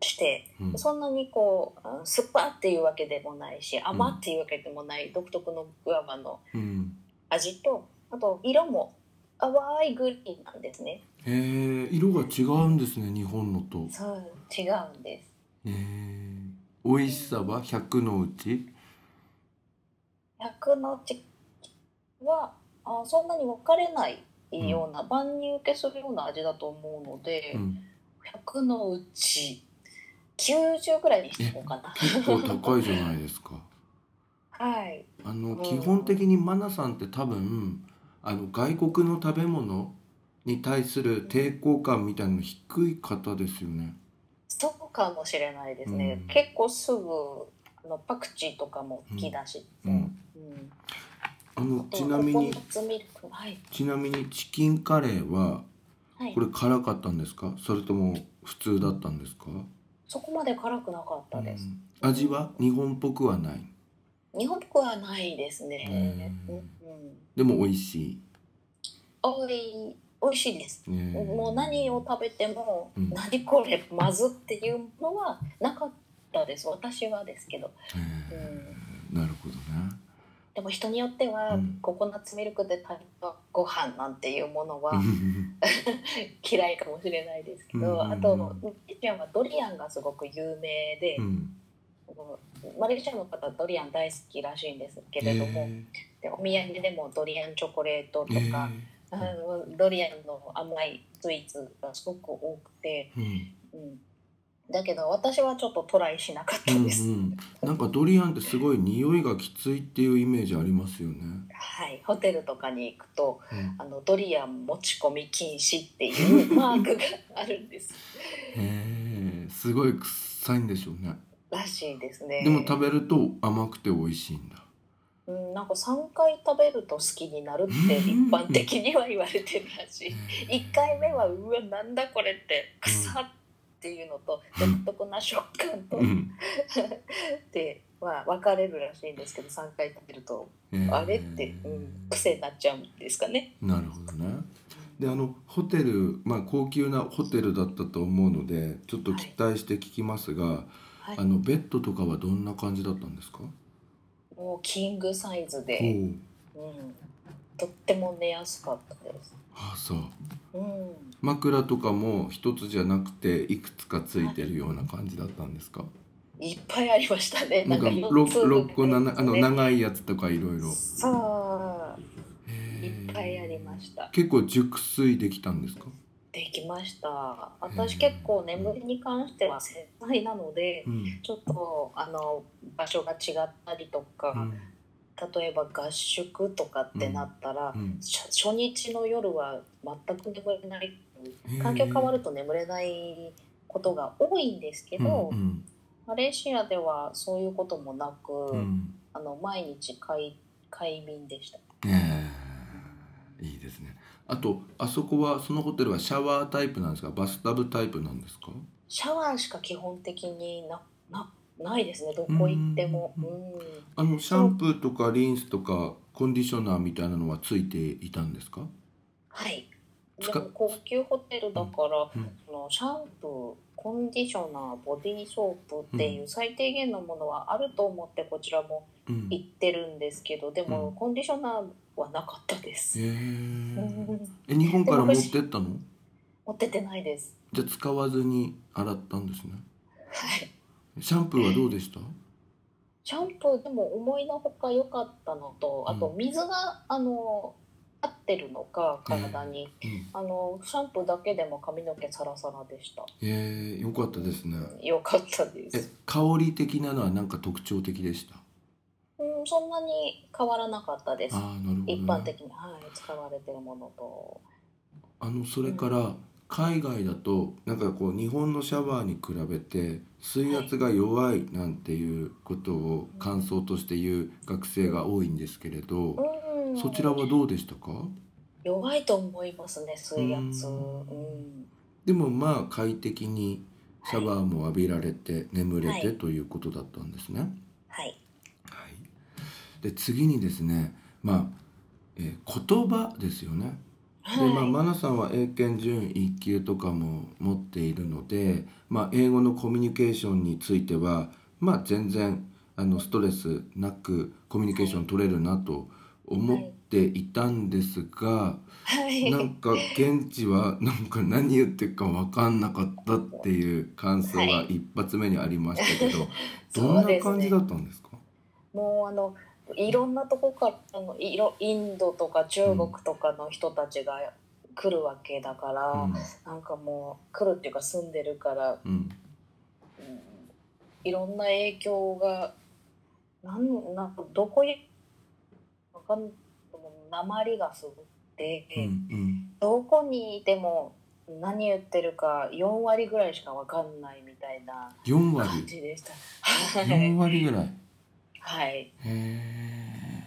Speaker 3: して
Speaker 2: うん
Speaker 3: そんなにこうあの酸っぱっていうわけでもないし甘っていうわけでもない独特のグアバの
Speaker 2: うん
Speaker 3: 味とあと色も淡いグリーンなんですね。
Speaker 2: へえ色が違うんですね日本のと
Speaker 3: そう違うんです。
Speaker 2: へえ美味しさは100のうち
Speaker 3: 100のチはあそんなに分かれないような、万人受けするような味だと思うので、
Speaker 2: うん
Speaker 3: 100のうち90ぐらいにしてこうかな。
Speaker 2: 結構高いじゃないです か
Speaker 3: はい、
Speaker 2: あの
Speaker 3: うん
Speaker 2: 基本的にマナさんって多分あの外国の食べ物に対する抵抗感みたいなの低い方ですよね
Speaker 3: そうかもしれないですね。
Speaker 2: うん
Speaker 3: 結構すぐあのパクチーとかも好きだし、
Speaker 2: うん
Speaker 3: うん
Speaker 2: あのちなみ
Speaker 3: コ
Speaker 2: に
Speaker 3: コナッツミルクはい
Speaker 2: ちなみにチキンカレーは
Speaker 3: はい
Speaker 2: こ。れ辛かったんですかそれとも普通だったんですか
Speaker 3: そこまで辛くなかったです。
Speaker 2: うん味は日本っぽくはない
Speaker 3: 日本っぽくはないですね。
Speaker 2: う
Speaker 3: うんんうん、
Speaker 2: でも美味し
Speaker 3: おい美味しいです。
Speaker 2: い、ね、
Speaker 3: もう何を食べても、
Speaker 2: うん
Speaker 3: 何これまずっていうのはなかったです私はですけど、う
Speaker 2: へ
Speaker 3: ん、
Speaker 2: ーなるほどね
Speaker 3: でも人によっては、
Speaker 2: うん
Speaker 3: ココナッツミルクで炊いたご飯なんていうものは嫌いかもしれないですけど、
Speaker 2: うんうんうん
Speaker 3: あとマレーシアはドリアンがすごく有名で、
Speaker 2: うん
Speaker 3: マレーシアの方はドリアン大好きらしいんですけれども、
Speaker 2: へ
Speaker 3: でお土産でもドリアンチョコレートと
Speaker 2: ーへ
Speaker 3: か、あのドリアンの甘いスイーツがすごく多くて、
Speaker 2: ーうん
Speaker 3: うん、だけど私はちょっとトライしなかっ
Speaker 2: う
Speaker 3: た
Speaker 2: ん
Speaker 3: です。
Speaker 2: うん、なんかドリアンってすごい匂いがきついっていうイメージありますよね。
Speaker 3: はい、ホテルとかに行くと
Speaker 2: うん
Speaker 3: あのドリアン持ち込み禁止って いうマークがあるんです
Speaker 2: へえ、すごい臭いんでしょうね。
Speaker 3: らしいですね
Speaker 2: でも食べると甘くて美味しいんだ。
Speaker 3: うん、なんか3回食べると好きになるって一般的には言われてるらしい1回目はうわなんだこれって草っていうのと
Speaker 2: うん
Speaker 3: 独特な食感と
Speaker 2: う
Speaker 3: っ
Speaker 2: ん。
Speaker 3: て、まあ、分かれるらしいんですけど3回食べると
Speaker 2: へー
Speaker 3: あれって、うん、癖になっちゃうんですかね。
Speaker 2: なるほどね。であのホテル、まあ、高級なホテルだったと思うのでちょっと期待して聞きますが、
Speaker 3: はい
Speaker 2: あ、のベッドとかはどんな感じだったんですか、
Speaker 3: もうキングサイズ
Speaker 2: お
Speaker 3: で、
Speaker 2: う
Speaker 3: うん、とっても寝やすかったです。
Speaker 2: あそう
Speaker 3: うん、
Speaker 2: 枕とかも一つじゃなくていくつかついてるような感じだったんですか、
Speaker 3: いっぱいありましたね。
Speaker 2: なんか
Speaker 3: 四つ
Speaker 2: 六六個
Speaker 3: ぐらい
Speaker 2: 七
Speaker 3: です
Speaker 2: あの
Speaker 3: ね
Speaker 2: 長いやつとかいろいろ。
Speaker 3: そう
Speaker 2: へー
Speaker 3: いっぱいありました
Speaker 2: 結構熟睡できたんですか。
Speaker 3: できました
Speaker 2: へ
Speaker 3: 私
Speaker 2: ー
Speaker 3: 結構眠りに関しては繊細なので
Speaker 2: うん。
Speaker 3: ちょっとあの場所が違ったりと
Speaker 2: う
Speaker 3: か、
Speaker 2: ん
Speaker 3: 例えば合宿とかってなったら、
Speaker 2: うん
Speaker 3: し初日の夜は全く眠れない
Speaker 2: へー
Speaker 3: 環境変わると眠れないことが多いんですけど、
Speaker 2: うん
Speaker 3: マレーシアではそういうこともなく、
Speaker 2: うんうん
Speaker 3: あの毎日快快眠でした。
Speaker 2: ねえいいですね。あとあそこはそのホテルはシャワータイプなんですかバスタブタイプなんですか。
Speaker 3: シャワーしか基本的にななないですねどこ行っても
Speaker 2: う
Speaker 3: うんん
Speaker 2: あのシャンプーとかリンスとかコンディショナーみたいなのはついていたんですか。
Speaker 3: はいで
Speaker 2: 使っ
Speaker 3: も高級ホテルだから、
Speaker 2: うんうん
Speaker 3: そのシャンプーコンディショナーボディーソープっていう最低限のものはあると思ってこちらも
Speaker 2: うん。
Speaker 3: 行ってるんですけどで
Speaker 2: う
Speaker 3: も
Speaker 2: ん
Speaker 3: コンディショナーはなかったです、
Speaker 2: へ
Speaker 3: う
Speaker 2: ー
Speaker 3: ん
Speaker 2: え日本から持ってったの？
Speaker 3: 持ってってないです
Speaker 2: じゃあ使わずに洗ったんですね。
Speaker 3: はい
Speaker 2: シャンプーはどうでした？
Speaker 3: シャンプーでも思いのほか良かったのとあと
Speaker 2: う
Speaker 3: 水があの合ってるのか体に、
Speaker 2: うん。
Speaker 3: あのシャンプーだけでも髪の毛サラサラでした。
Speaker 2: ええ良かったですね。
Speaker 3: 良かったで
Speaker 2: え
Speaker 3: す。
Speaker 2: 香り的なのはなんか特徴的でした。
Speaker 3: うん、そんなに変わらなかったです。
Speaker 2: ああなるほど、ね。
Speaker 3: 一般的に、はい、使われてるものと。
Speaker 2: あのそれから海外だとなんかこう日本のシャワーに比べて水圧が弱いなんていうことを感想として言う学生が多いんですけれど、
Speaker 3: うん、
Speaker 2: そちらはどうでしたか？
Speaker 3: 弱いと思いますね、水圧。
Speaker 2: う
Speaker 3: うんん、
Speaker 2: でもまあ快適にシャワーも浴びられて眠れて
Speaker 3: はい
Speaker 2: ということだったんですね。
Speaker 3: はい、
Speaker 2: はい、で次にですね、まあえー言葉ですよね。
Speaker 3: は
Speaker 2: で
Speaker 3: い、
Speaker 2: まあ、マナさんは英検準1級とかも持っているので、まあ、英語のコミュニケーションについては、まあ、全然あのストレスなくコミュニケーション取れるなと思っていたんですが、
Speaker 3: はい、
Speaker 2: なんか現地はなんか何言ってるか分かんなかったっていう感想が一発目にありましたけど、どんな感じだ
Speaker 3: ね。
Speaker 2: ったんですか
Speaker 3: もう、あの、いろんなとこから、あの、いろ、インドとか中国とかの人たちが。来るわけだから、なんかもう来るっていうか住んでるから
Speaker 2: うんうん
Speaker 3: うんいろんな影響がなんなんかどこへわかん鉛がすごくて、
Speaker 2: うん
Speaker 3: どこにいても何言ってるか4割ぐらいしかわかんないみたいな
Speaker 2: 4
Speaker 3: 感
Speaker 2: 割
Speaker 3: じでした。
Speaker 2: 4割ぐらい。
Speaker 3: はい、
Speaker 2: へ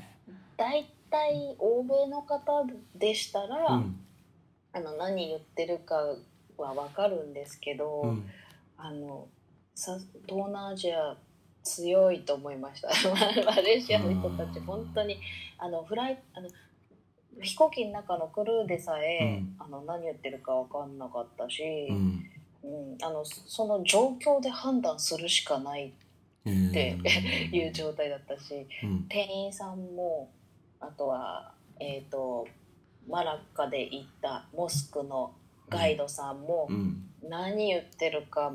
Speaker 3: だいたい欧米の方でしたら、
Speaker 2: ーうん
Speaker 3: あの何言ってるかはわかるんですけど、
Speaker 2: うん
Speaker 3: あのさ東南アジア強いと思いました マレーシアの人たち本当にあのフライあの飛行機の中のクルーでさえ、
Speaker 2: うん
Speaker 3: あの何言ってるか分かんなかったし、
Speaker 2: うん
Speaker 3: うんあのその状況で判断するしかない
Speaker 2: え
Speaker 3: て
Speaker 2: ー
Speaker 3: いう状態だったし
Speaker 2: うん
Speaker 3: 店員さんもあとは、えー、とマラッカで行ったモスクのガイドさんも
Speaker 2: うん
Speaker 3: 何言ってるか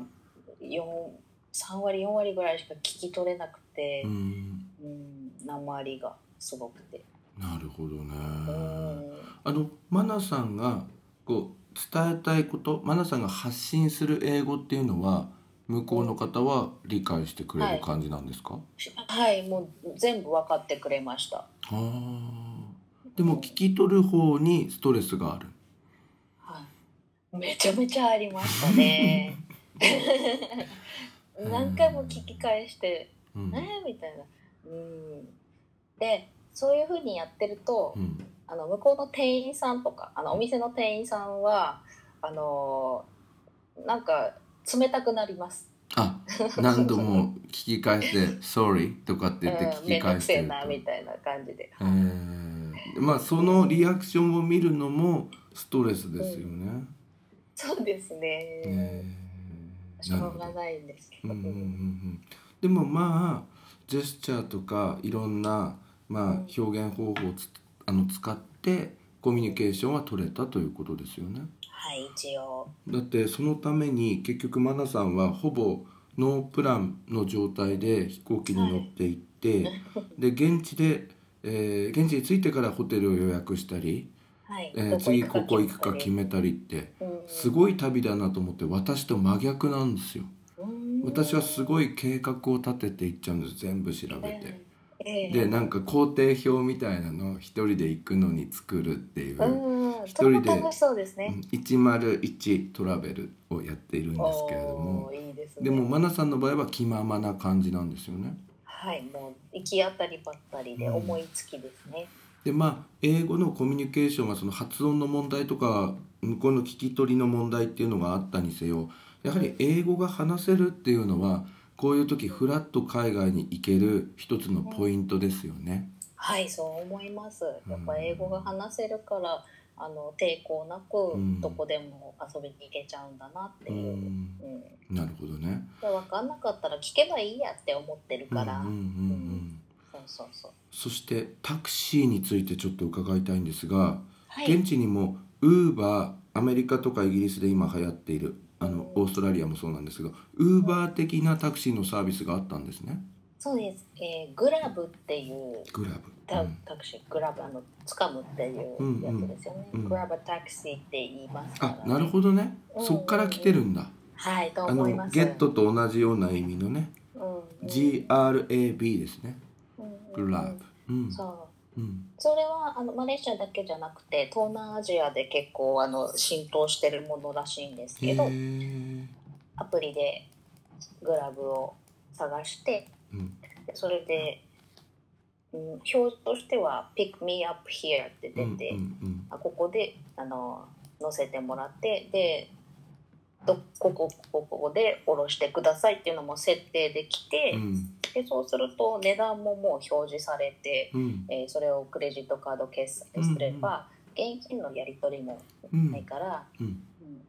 Speaker 3: 四3割4割ぐらいしか聞き取れなくて
Speaker 2: う、ん
Speaker 3: うん、鉛がすごくて。
Speaker 2: なるほどね
Speaker 3: うん
Speaker 2: あのマナさんがこう伝えたいことマナさんが発信する英語っていうのは向こうの方は理解してくれる感じなんですか、
Speaker 3: はい、もう全部分かってくれました。
Speaker 2: あーでも聞き取る方にストレスがある
Speaker 3: はい、めちゃめちゃありましたね。 何回も聞き返して、
Speaker 2: うん
Speaker 3: ねみたいな。うん、で、そういうふうにやってると、
Speaker 2: うん
Speaker 3: あの向こうの店員さんとかあのお店の店員さんはあのーなんか冷たくなります。
Speaker 2: あ何度も聞き返 して「Sorry」とかって言って
Speaker 3: う
Speaker 2: 聞
Speaker 3: ん、め
Speaker 2: き
Speaker 3: んど
Speaker 2: 返
Speaker 3: く
Speaker 2: し
Speaker 3: せ
Speaker 2: て
Speaker 3: え
Speaker 2: ると
Speaker 3: なみたいな感じで。
Speaker 2: えーまあそのリアクションを見るのもストレスですよね。
Speaker 3: そうですね。
Speaker 2: えー
Speaker 3: しょうがないんですけ
Speaker 2: うん
Speaker 3: ど。
Speaker 2: うんうんうんでもまあジェスチャーとかいろんな、まあ、表現方法をつあの使ってコミュニケーションは取れたということですよね。
Speaker 3: はい、一応。
Speaker 2: だってそのために結局マナさんはほぼノープランの状態で飛行機に乗っていって、で現地で、えー現地に着いてからホテルを予約したり、
Speaker 3: はい。
Speaker 2: えー
Speaker 3: ど
Speaker 2: 次ここ行くか決
Speaker 3: め。
Speaker 2: めたりって
Speaker 3: うん
Speaker 2: すごい旅だなと思って私と真逆なんですよ。
Speaker 3: うん
Speaker 2: 私はすごい計画を立てていっちゃうんです全部調べて。
Speaker 3: ええ
Speaker 2: でなんか工程表みたいなのを一人で行くのに作るっていう、
Speaker 3: うん、
Speaker 2: 一
Speaker 3: と
Speaker 2: 人で
Speaker 3: ても楽しそうです
Speaker 2: う
Speaker 3: ね。
Speaker 2: ん101トラベルをやっているんですけれども
Speaker 3: おーいいですね。
Speaker 2: でもマナさんの場合は気ままな感じなんですよね。
Speaker 3: はい、もう行き当たりばったりで
Speaker 2: うん
Speaker 3: 思いつきですね。
Speaker 2: でまあ英語のコミュニケーションはその発音の問題とか向こうの聞き取りの問題っていうのがあったにせよやはり英語が話せるっていうのはこういう時フラッと海外に行ける一つのポイントですよね。
Speaker 3: はい、そう思います。
Speaker 2: うん
Speaker 3: やっぱ英語が話せるから、あの抵抗なく、
Speaker 2: うん
Speaker 3: どこでも遊びに行けちゃうんだなって
Speaker 2: う
Speaker 3: いう。うん
Speaker 2: んなるほどね。
Speaker 3: で分かんなかったら聞けばいいやって思ってるから、
Speaker 2: うんうんうんうん
Speaker 3: そうそうそう
Speaker 2: そしてタクシーについてちょっと伺いたいんですが、
Speaker 3: はい
Speaker 2: 現地にもウーバーアメリカとかイギリスで今流行っているあのオーストラリアもそうなんですがウーバー的なタクシーのサービスがあったんですね
Speaker 3: そうです、えーグラブっていう
Speaker 2: グラブ、
Speaker 3: タタクシーグラブあの掴むっていうやつですよね、
Speaker 2: うんうんうん
Speaker 3: グラブタクシーって言いますから、
Speaker 2: あなるほどね、
Speaker 3: うん
Speaker 2: そっから来てるんだ、
Speaker 3: はいと
Speaker 2: あ
Speaker 3: 思いま
Speaker 2: の
Speaker 3: す
Speaker 2: ゲットと同じような意味のね、
Speaker 3: うん
Speaker 2: GRAB ですね
Speaker 3: うん
Speaker 2: グラブうん
Speaker 3: そう
Speaker 2: うん
Speaker 3: それはあのマレーシアだけじゃなくて東南アジアで結構あの浸透してるものらしいんです
Speaker 2: へ
Speaker 3: けど
Speaker 2: え
Speaker 3: アプリでグラブを探して
Speaker 2: うん
Speaker 3: でそれで、うん、表示としては「Pick me up here」っ
Speaker 2: う
Speaker 3: て
Speaker 2: んう
Speaker 3: 出
Speaker 2: ん
Speaker 3: て、
Speaker 2: うん
Speaker 3: あここであの乗せてもらってでどここここここで降ろしてくださいっていうのも設定できて、
Speaker 2: うん
Speaker 3: でそうすると値段ももう表示されて、
Speaker 2: うん
Speaker 3: えーそれをクレジットカード決済すれば、現金のやり取りも
Speaker 2: うん
Speaker 3: ないから、
Speaker 2: うん
Speaker 3: うん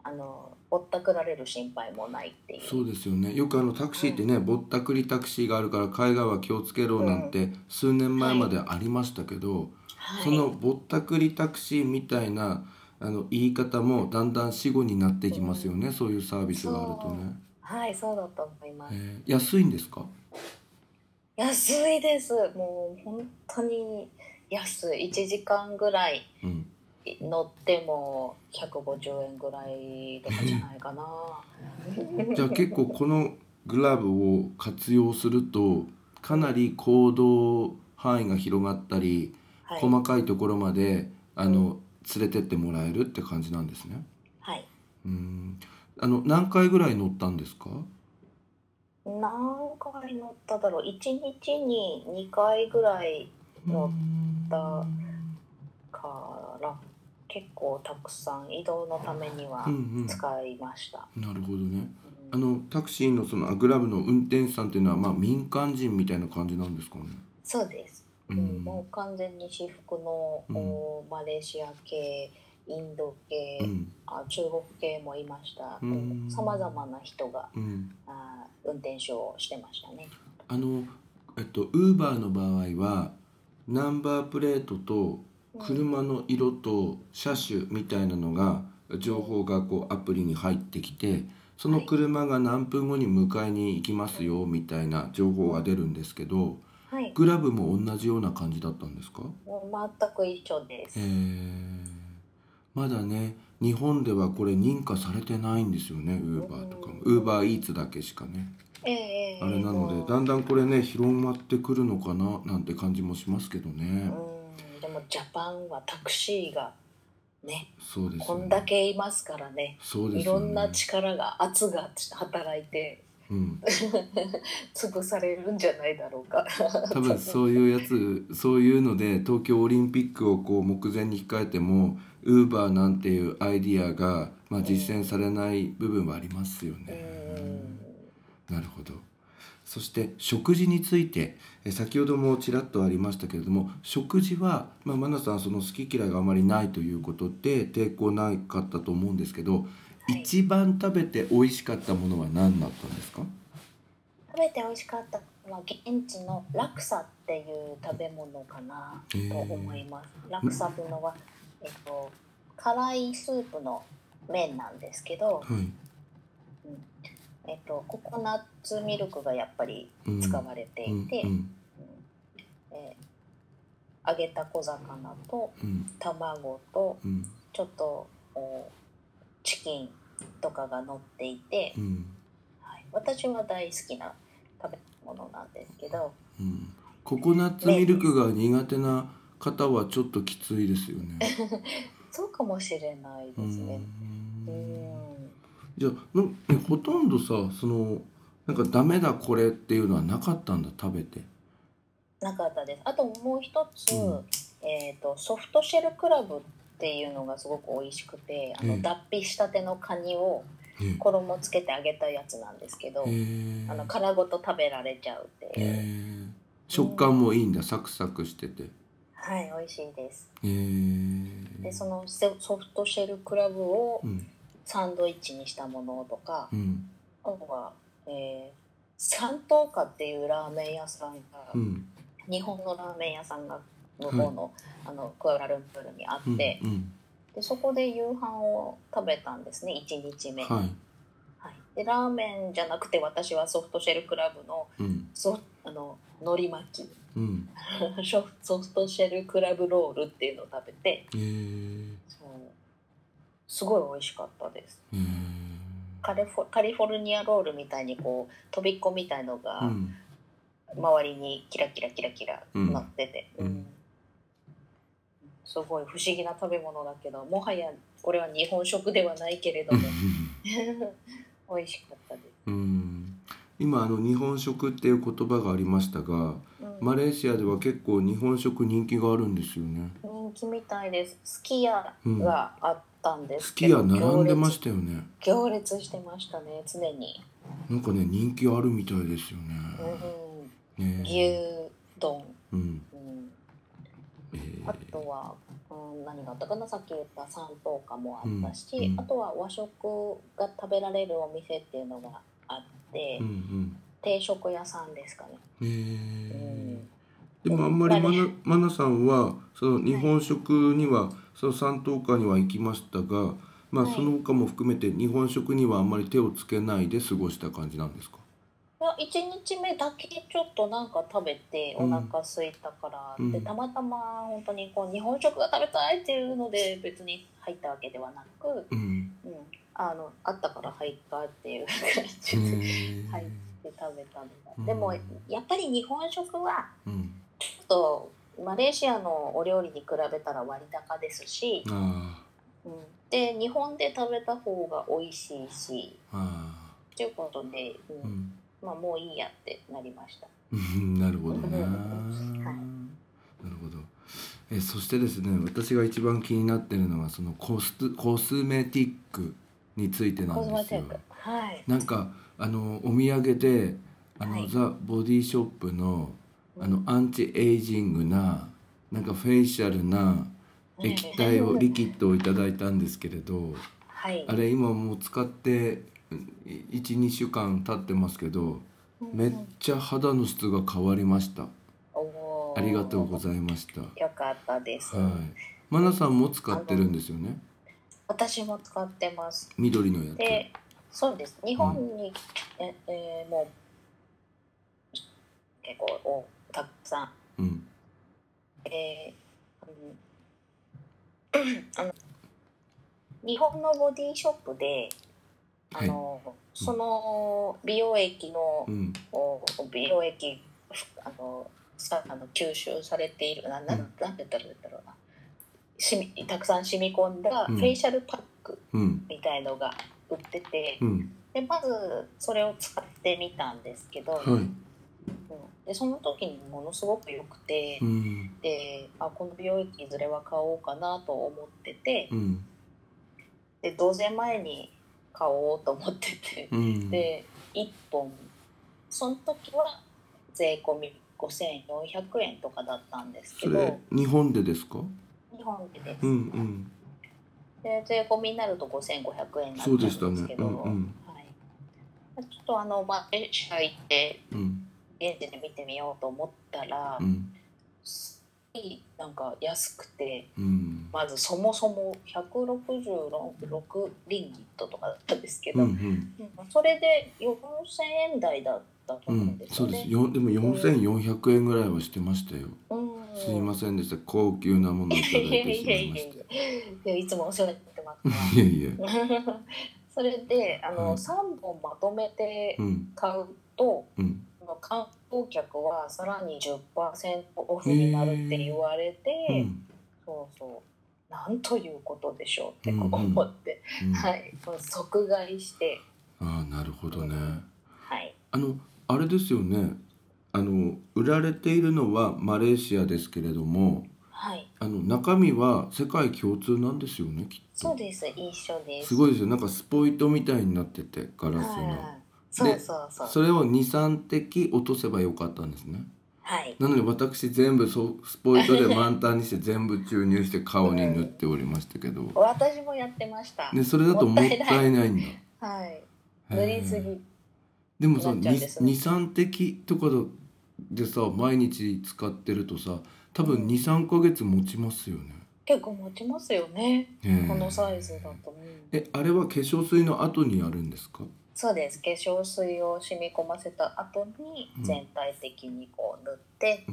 Speaker 3: あのぼったくられる心配もないっていう
Speaker 2: そうですよねよくあのタクシーってね、ぼったくりタクシーがあるから海外は気をつけろなんて数年前までありましたけど、
Speaker 3: はい
Speaker 2: そのぼったくりタクシーみたいなあの言い方もだんだん死後になってきますよね、そういうサービスがあるとね、
Speaker 3: はいそうだと思います、
Speaker 2: えー安いんですか
Speaker 3: 安いですもう本当に安い1時間ぐらい
Speaker 2: うん
Speaker 3: 乗っても150円ぐらいとかじゃないかな
Speaker 2: じゃあ結構このグラブを活用するとかなり行動範囲が広がったり、
Speaker 3: はい、
Speaker 2: 細かいところまであの連れてってもらえるって感じなんですね。
Speaker 3: はい、
Speaker 2: うんあの何回ぐらい乗ったんですか？
Speaker 3: 何回乗っただろう1日に2回ぐらい乗ったから結構たくさん移動のためめには
Speaker 2: うんうん
Speaker 3: 使いました、
Speaker 2: なるほどね。
Speaker 3: うん
Speaker 2: あのタクシーのそのアグラブの運転手さんっていうのはまあ民間人みたいな感じなんですかね。
Speaker 3: そうです、
Speaker 2: う
Speaker 3: うん
Speaker 2: ん
Speaker 3: もう完全に私服の、
Speaker 2: うん
Speaker 3: おマレーシア系インド系、
Speaker 2: うん
Speaker 3: あ中国系もいました
Speaker 2: うん
Speaker 3: さまざまな人が
Speaker 2: うん。
Speaker 3: あ運転手をしてましたね
Speaker 2: あのえっとウーバーの場合はナンバープレートと
Speaker 3: うん
Speaker 2: 車の色と車種みたいなのが情報がこうアプリに入ってきてその車が何分後に迎えに行きますよみたいな情報が出るんですけど
Speaker 3: はい
Speaker 2: グラブも同じような感じだったんですか
Speaker 3: もう全く一緒です
Speaker 2: えー、まだね日本ではこれ認可されてないんですよねウーバーとかもウーバーイーツだけしかね
Speaker 3: ええええ
Speaker 2: あれなの
Speaker 3: もう
Speaker 2: でだんだんこれね広まってくるのかななんて感じもしますけどね
Speaker 3: うんでもジャパンはタクシーがね
Speaker 2: そうです
Speaker 3: こ
Speaker 2: よ
Speaker 3: ん
Speaker 2: ね
Speaker 3: だけいますからね
Speaker 2: そうで
Speaker 3: い
Speaker 2: すよ
Speaker 3: ろ
Speaker 2: ね
Speaker 3: んな力が圧が働いて
Speaker 2: うん
Speaker 3: 潰されるんじゃないだろうか。
Speaker 2: 多分そういうやつそういうので東京オリンピックをこう目前に控えてもウーバーなんていうアイディアが、まあ、実践されない部分はありますよ
Speaker 3: う
Speaker 2: ね。
Speaker 3: ん
Speaker 2: なるほどそして食事についてえ先ほどもちらっとありましたけれども食事は、まあ、マナさんその好き嫌いがあまりないということで抵抗なかったと思うんですけど、
Speaker 3: はい
Speaker 2: 一番食べて美味しかったものは何だったんですか
Speaker 3: 食べて美味しかったのは現地のラクサっていう食べ物かなと思います。ラクサというのは、えっと、辛いスープの麺なんですけど、
Speaker 2: はい、
Speaker 3: えっと、ココナッツミルクがやっぱり
Speaker 2: うん
Speaker 3: 使われていて、
Speaker 2: うんうん
Speaker 3: えー揚げた小魚と
Speaker 2: うん
Speaker 3: 卵と
Speaker 2: うん
Speaker 3: ちょっとおチキンとかが乗っていて、
Speaker 2: うん
Speaker 3: はい、私は大好きな食べ物なんですけど
Speaker 2: うんココナッツミルクが苦手な方はちょっときついですよね。
Speaker 3: そうかもしれないですね。う
Speaker 2: うん
Speaker 3: ん
Speaker 2: じゃあのえほとんどさそのなんかダメだこれっていうのはなかったんだ食べて
Speaker 3: なかったです。あともう一つ、
Speaker 2: うん
Speaker 3: えー、とソフトシェルクラブっていうのがすごく美味しくてあ
Speaker 2: ええ
Speaker 3: の脱皮したてのカニを
Speaker 2: え
Speaker 3: 衣つけて揚げたやつなんですけど、
Speaker 2: えー
Speaker 3: あの殻ごと食べられちゃうっていう、
Speaker 2: えー食感もいいんだサクサクしてて
Speaker 3: はい美味しいです。
Speaker 2: えー
Speaker 3: でそのセソフトシェルクラブを
Speaker 2: うん
Speaker 3: サンドイッチにしたものとか、
Speaker 2: うん
Speaker 3: あとは、えー、三島家っていうラーメン屋さんが、
Speaker 2: うん
Speaker 3: 日本のラーメン屋さんが向こうの,、あのクアラルンプールにあって、
Speaker 2: うん
Speaker 3: で
Speaker 2: うん
Speaker 3: そこで夕飯を食べたんですね1日目、
Speaker 2: はい
Speaker 3: はいでラーメンじゃなくて私はソフトシェルクラブの
Speaker 2: うん
Speaker 3: ソあの海苔巻き
Speaker 2: うん
Speaker 3: ソフソフトシェルクラブロールっていうのを食べて
Speaker 2: えー
Speaker 3: そうすごい美味しかったです
Speaker 2: えー
Speaker 3: カリフォカリフォルニアロールみたいにこう飛びっこみたいのが、
Speaker 2: うん
Speaker 3: 周りにキラキラキラキラなってて、
Speaker 2: うん
Speaker 3: うんすごい不思議な食べ物だけどもはやこれは日本食ではないけれども 美味しかったで
Speaker 2: うん今あの日本食っていう言葉がありましたが
Speaker 3: す、うん
Speaker 2: マレーシアでは結構日本食人気があるんですよね
Speaker 3: 人気みたいですすき家があったんです
Speaker 2: すき家並
Speaker 3: 行
Speaker 2: んでま
Speaker 3: 列
Speaker 2: したよね
Speaker 3: 行列してましたね常に、
Speaker 2: なんかね人気あるみたいですよ
Speaker 3: うん
Speaker 2: ね。ね
Speaker 3: 牛丼、
Speaker 2: うん。
Speaker 3: うん、
Speaker 2: え
Speaker 3: あ
Speaker 2: ー
Speaker 3: とは、うん、何があったかなさっき言った三等価もあったし、
Speaker 2: うんうん
Speaker 3: あとは和食が食べられるお店っていうのがあって、
Speaker 2: うん
Speaker 3: 定食屋さんですかね、
Speaker 2: うん。
Speaker 3: う
Speaker 2: え
Speaker 3: ん
Speaker 2: ーでもあんまり
Speaker 3: ま
Speaker 2: マ
Speaker 3: あ
Speaker 2: ナ
Speaker 3: ね
Speaker 2: マナさんはその日本食にはその三等間には行きましたが、まあ
Speaker 3: はい
Speaker 2: その他も含めて日本食にはあんまり手をつけないで過ごした感じなんですか。
Speaker 3: いや1日目だけちょっとなんか食べて
Speaker 2: う
Speaker 3: お
Speaker 2: ん
Speaker 3: 腹空いたから、
Speaker 2: うん
Speaker 3: でたまたま本当にこう日本食が食べたいっていうので別に入ったわけではなく、うん、
Speaker 2: うん。
Speaker 3: あのあったから入ったっていう感
Speaker 2: え
Speaker 3: じで
Speaker 2: ー
Speaker 3: 入って食べたのが、
Speaker 2: うん
Speaker 3: でもやっぱり日本食は
Speaker 2: うん。
Speaker 3: ちょっとマレーシアのお料理に比べたら割高ですし、
Speaker 2: あ
Speaker 3: うん、で日本で食べた方が美味しいし
Speaker 2: ああ
Speaker 3: ということで、うん
Speaker 2: あ。うん。
Speaker 3: まあ、もういいやってなりました。
Speaker 2: うんなるほどね。な
Speaker 3: う
Speaker 2: るほど。えそしてですね私が一番気になってるのはそのコスコスメティックについてなん
Speaker 3: コズマ
Speaker 2: です
Speaker 3: テ
Speaker 2: よ
Speaker 3: ッ。ク。はい。
Speaker 2: なんかあのお土産であの、
Speaker 3: はい
Speaker 2: ザ・ボディショップのあのアンチエイジングななんかフェイシャルな液体をリキッドをいただいたんですけれど
Speaker 3: はい
Speaker 2: あ。れ今もう使って12週間経ってますけどめっちゃ肌の質が変わりましたありがとうご
Speaker 3: い
Speaker 2: ざいました
Speaker 3: ます。よかったです。
Speaker 2: はいマナさんも使ってるんですよね
Speaker 3: 私も使ってます。
Speaker 2: 緑のやつ
Speaker 3: で、そうです。日本に、ええーもう結構おたくさん、
Speaker 2: うん
Speaker 3: えーうん、あの日本のボディショップで、あの、その美容液の、
Speaker 2: うん
Speaker 3: お美容液あのさあの吸収されているなな
Speaker 2: うん
Speaker 3: なんて言ったらいいんだろうなしみたくさん染み込んだ
Speaker 2: う
Speaker 3: フ
Speaker 2: ん
Speaker 3: ェイシャルパック
Speaker 2: うん
Speaker 3: みたいのが売ってて、
Speaker 2: うん
Speaker 3: でまずそれを使ってみたんですけど、
Speaker 2: はい
Speaker 3: うんでその時にものすごく良くて、
Speaker 2: うん
Speaker 3: であこの美容液いずれは買おうかなと思ってて
Speaker 2: うん
Speaker 3: で同棲前に買おうと思ってて。
Speaker 2: うん
Speaker 3: で1本その時は税込み5400円とかだったんですけ
Speaker 2: それ
Speaker 3: ど
Speaker 2: 日本でですか
Speaker 3: 日本でで
Speaker 2: う
Speaker 3: す、
Speaker 2: んうん
Speaker 3: で税込みになると5500円だった
Speaker 2: そ
Speaker 3: ん
Speaker 2: う
Speaker 3: で
Speaker 2: ですし
Speaker 3: け
Speaker 2: た
Speaker 3: ど
Speaker 2: ねうんうん
Speaker 3: はい、ちょっとあのまあ電車行って
Speaker 2: うん
Speaker 3: 現地で見てみようと思ったら、
Speaker 2: うん
Speaker 3: すごいなんか安くて
Speaker 2: うん
Speaker 3: まずそもそも166リンギットとかだったんですけ
Speaker 2: うん
Speaker 3: ど、
Speaker 2: うん
Speaker 3: うんそれで4000円台だったと
Speaker 2: う
Speaker 3: 思うん
Speaker 2: ん
Speaker 3: で、す
Speaker 2: そ
Speaker 3: よ
Speaker 2: うで
Speaker 3: ね
Speaker 2: す。よでも4400円ぐらいはしてましたよすいま
Speaker 3: せ
Speaker 2: せんでした高級なものをいただい
Speaker 3: いやいや
Speaker 2: てしまい
Speaker 3: い
Speaker 2: ま
Speaker 3: や
Speaker 2: し
Speaker 3: いやいつもお世話になってま
Speaker 2: たいやいや
Speaker 3: す からそれであの、
Speaker 2: はい
Speaker 3: 3本まとめて
Speaker 2: うん
Speaker 3: 買うと
Speaker 2: うん
Speaker 3: あの観光客はさらに10%オフになるって言われて、
Speaker 2: うんうん
Speaker 3: そうそうなんということでしょうって
Speaker 2: うんうん
Speaker 3: 思って、はい即買いして
Speaker 2: ああなるほどね
Speaker 3: はい
Speaker 2: あのあれですよねあの売られているのはマレーシアですけれども
Speaker 3: はい
Speaker 2: あの中身は世界共通なんですよねきっ
Speaker 3: そう
Speaker 2: と
Speaker 3: です一緒です
Speaker 2: すごいですよなんかスポイトみたいになっててガラスの
Speaker 3: はいそうそうそう
Speaker 2: それを23滴落とせばよかったんですね
Speaker 3: はい
Speaker 2: なので私全部そうスポイトで満タンにして全部注入して顔に塗っておりましたけ ど、
Speaker 3: 私もやってました、
Speaker 2: ね、それだとも
Speaker 3: も
Speaker 2: っ
Speaker 3: ったた
Speaker 2: い
Speaker 3: い
Speaker 2: な
Speaker 3: ないい
Speaker 2: んだ
Speaker 3: はい塗りす
Speaker 2: へえ
Speaker 3: ぎ
Speaker 2: でもさ
Speaker 3: なっちゃうんですよね
Speaker 2: 23滴とかでさ毎日使ってるとさ多分23ヶ月持ちますよね
Speaker 3: 結構持ちますよね
Speaker 2: ねえ
Speaker 3: このサイズだと、うん
Speaker 2: えあれは化粧水の後にやるんですか
Speaker 3: そうです化粧水を染み込ませた後に
Speaker 2: うん
Speaker 3: 全体的にこう塗って、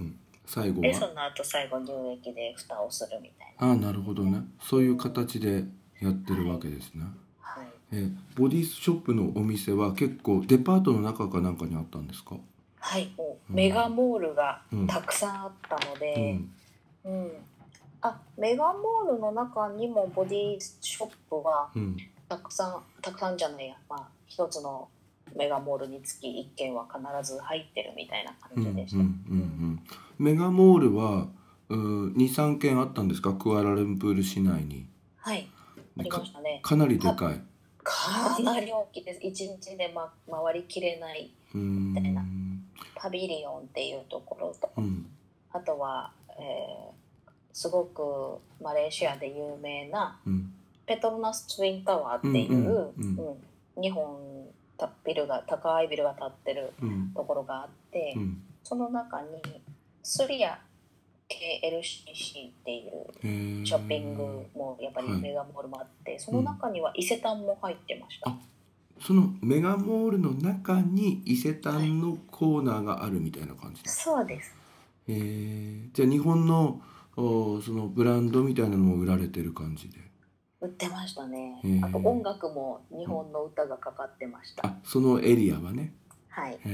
Speaker 2: 最後
Speaker 3: でそ
Speaker 2: は
Speaker 3: の後最後乳液で蓋をするみたいな
Speaker 2: ああなるほどねそういう形でやってるわけですね、
Speaker 3: はい
Speaker 2: えボディショップのお店は結構デパートの中かなんかにあったんですか、
Speaker 3: はいもう
Speaker 2: うん
Speaker 3: メガモールが
Speaker 2: うん
Speaker 3: たくさんあったの
Speaker 2: う
Speaker 3: で、
Speaker 2: ん
Speaker 3: うんあメガモールの中にもボディショップは
Speaker 2: うん
Speaker 3: たくさんたくさんじゃないやまあ一つのメガモールにつき1軒は必ず入ってるみたいな
Speaker 2: うんうんう
Speaker 3: 感じ
Speaker 2: ん
Speaker 3: でした、
Speaker 2: うんメガモールは23軒あったんですかクアラルンプール市内に
Speaker 3: はいあり
Speaker 2: か
Speaker 3: ましたね
Speaker 2: かなりでかい
Speaker 3: かなり大きいです一日で、ま、回りきれないう
Speaker 2: ー
Speaker 3: みたいなんパビリオンっていうところと
Speaker 2: うん
Speaker 3: あとは、えーすごくマレーシアで有名な
Speaker 2: うん
Speaker 3: ペトロナスツインタワーっていう、
Speaker 2: う
Speaker 3: うんん
Speaker 2: うん
Speaker 3: 日本たビルが高いビルが建ってる
Speaker 2: うん
Speaker 3: ところがあって、
Speaker 2: うん
Speaker 3: その中にスリア KLCC っていう
Speaker 2: へー
Speaker 3: ショッピングもやっぱり
Speaker 2: はい
Speaker 3: メガモールもあって、その中には伊勢丹も入ってました、
Speaker 2: あそのメガモールの中に伊勢丹のコーナーがあるみたいな感じです
Speaker 3: そうです
Speaker 2: へーじゃあ日本のおそのブランドみたいなのも売られてる感じで
Speaker 3: 売ってましたね
Speaker 2: へ。ー
Speaker 3: あと音楽も日本の歌がかかってました。
Speaker 2: あそのエリアはね
Speaker 3: はい。
Speaker 2: へ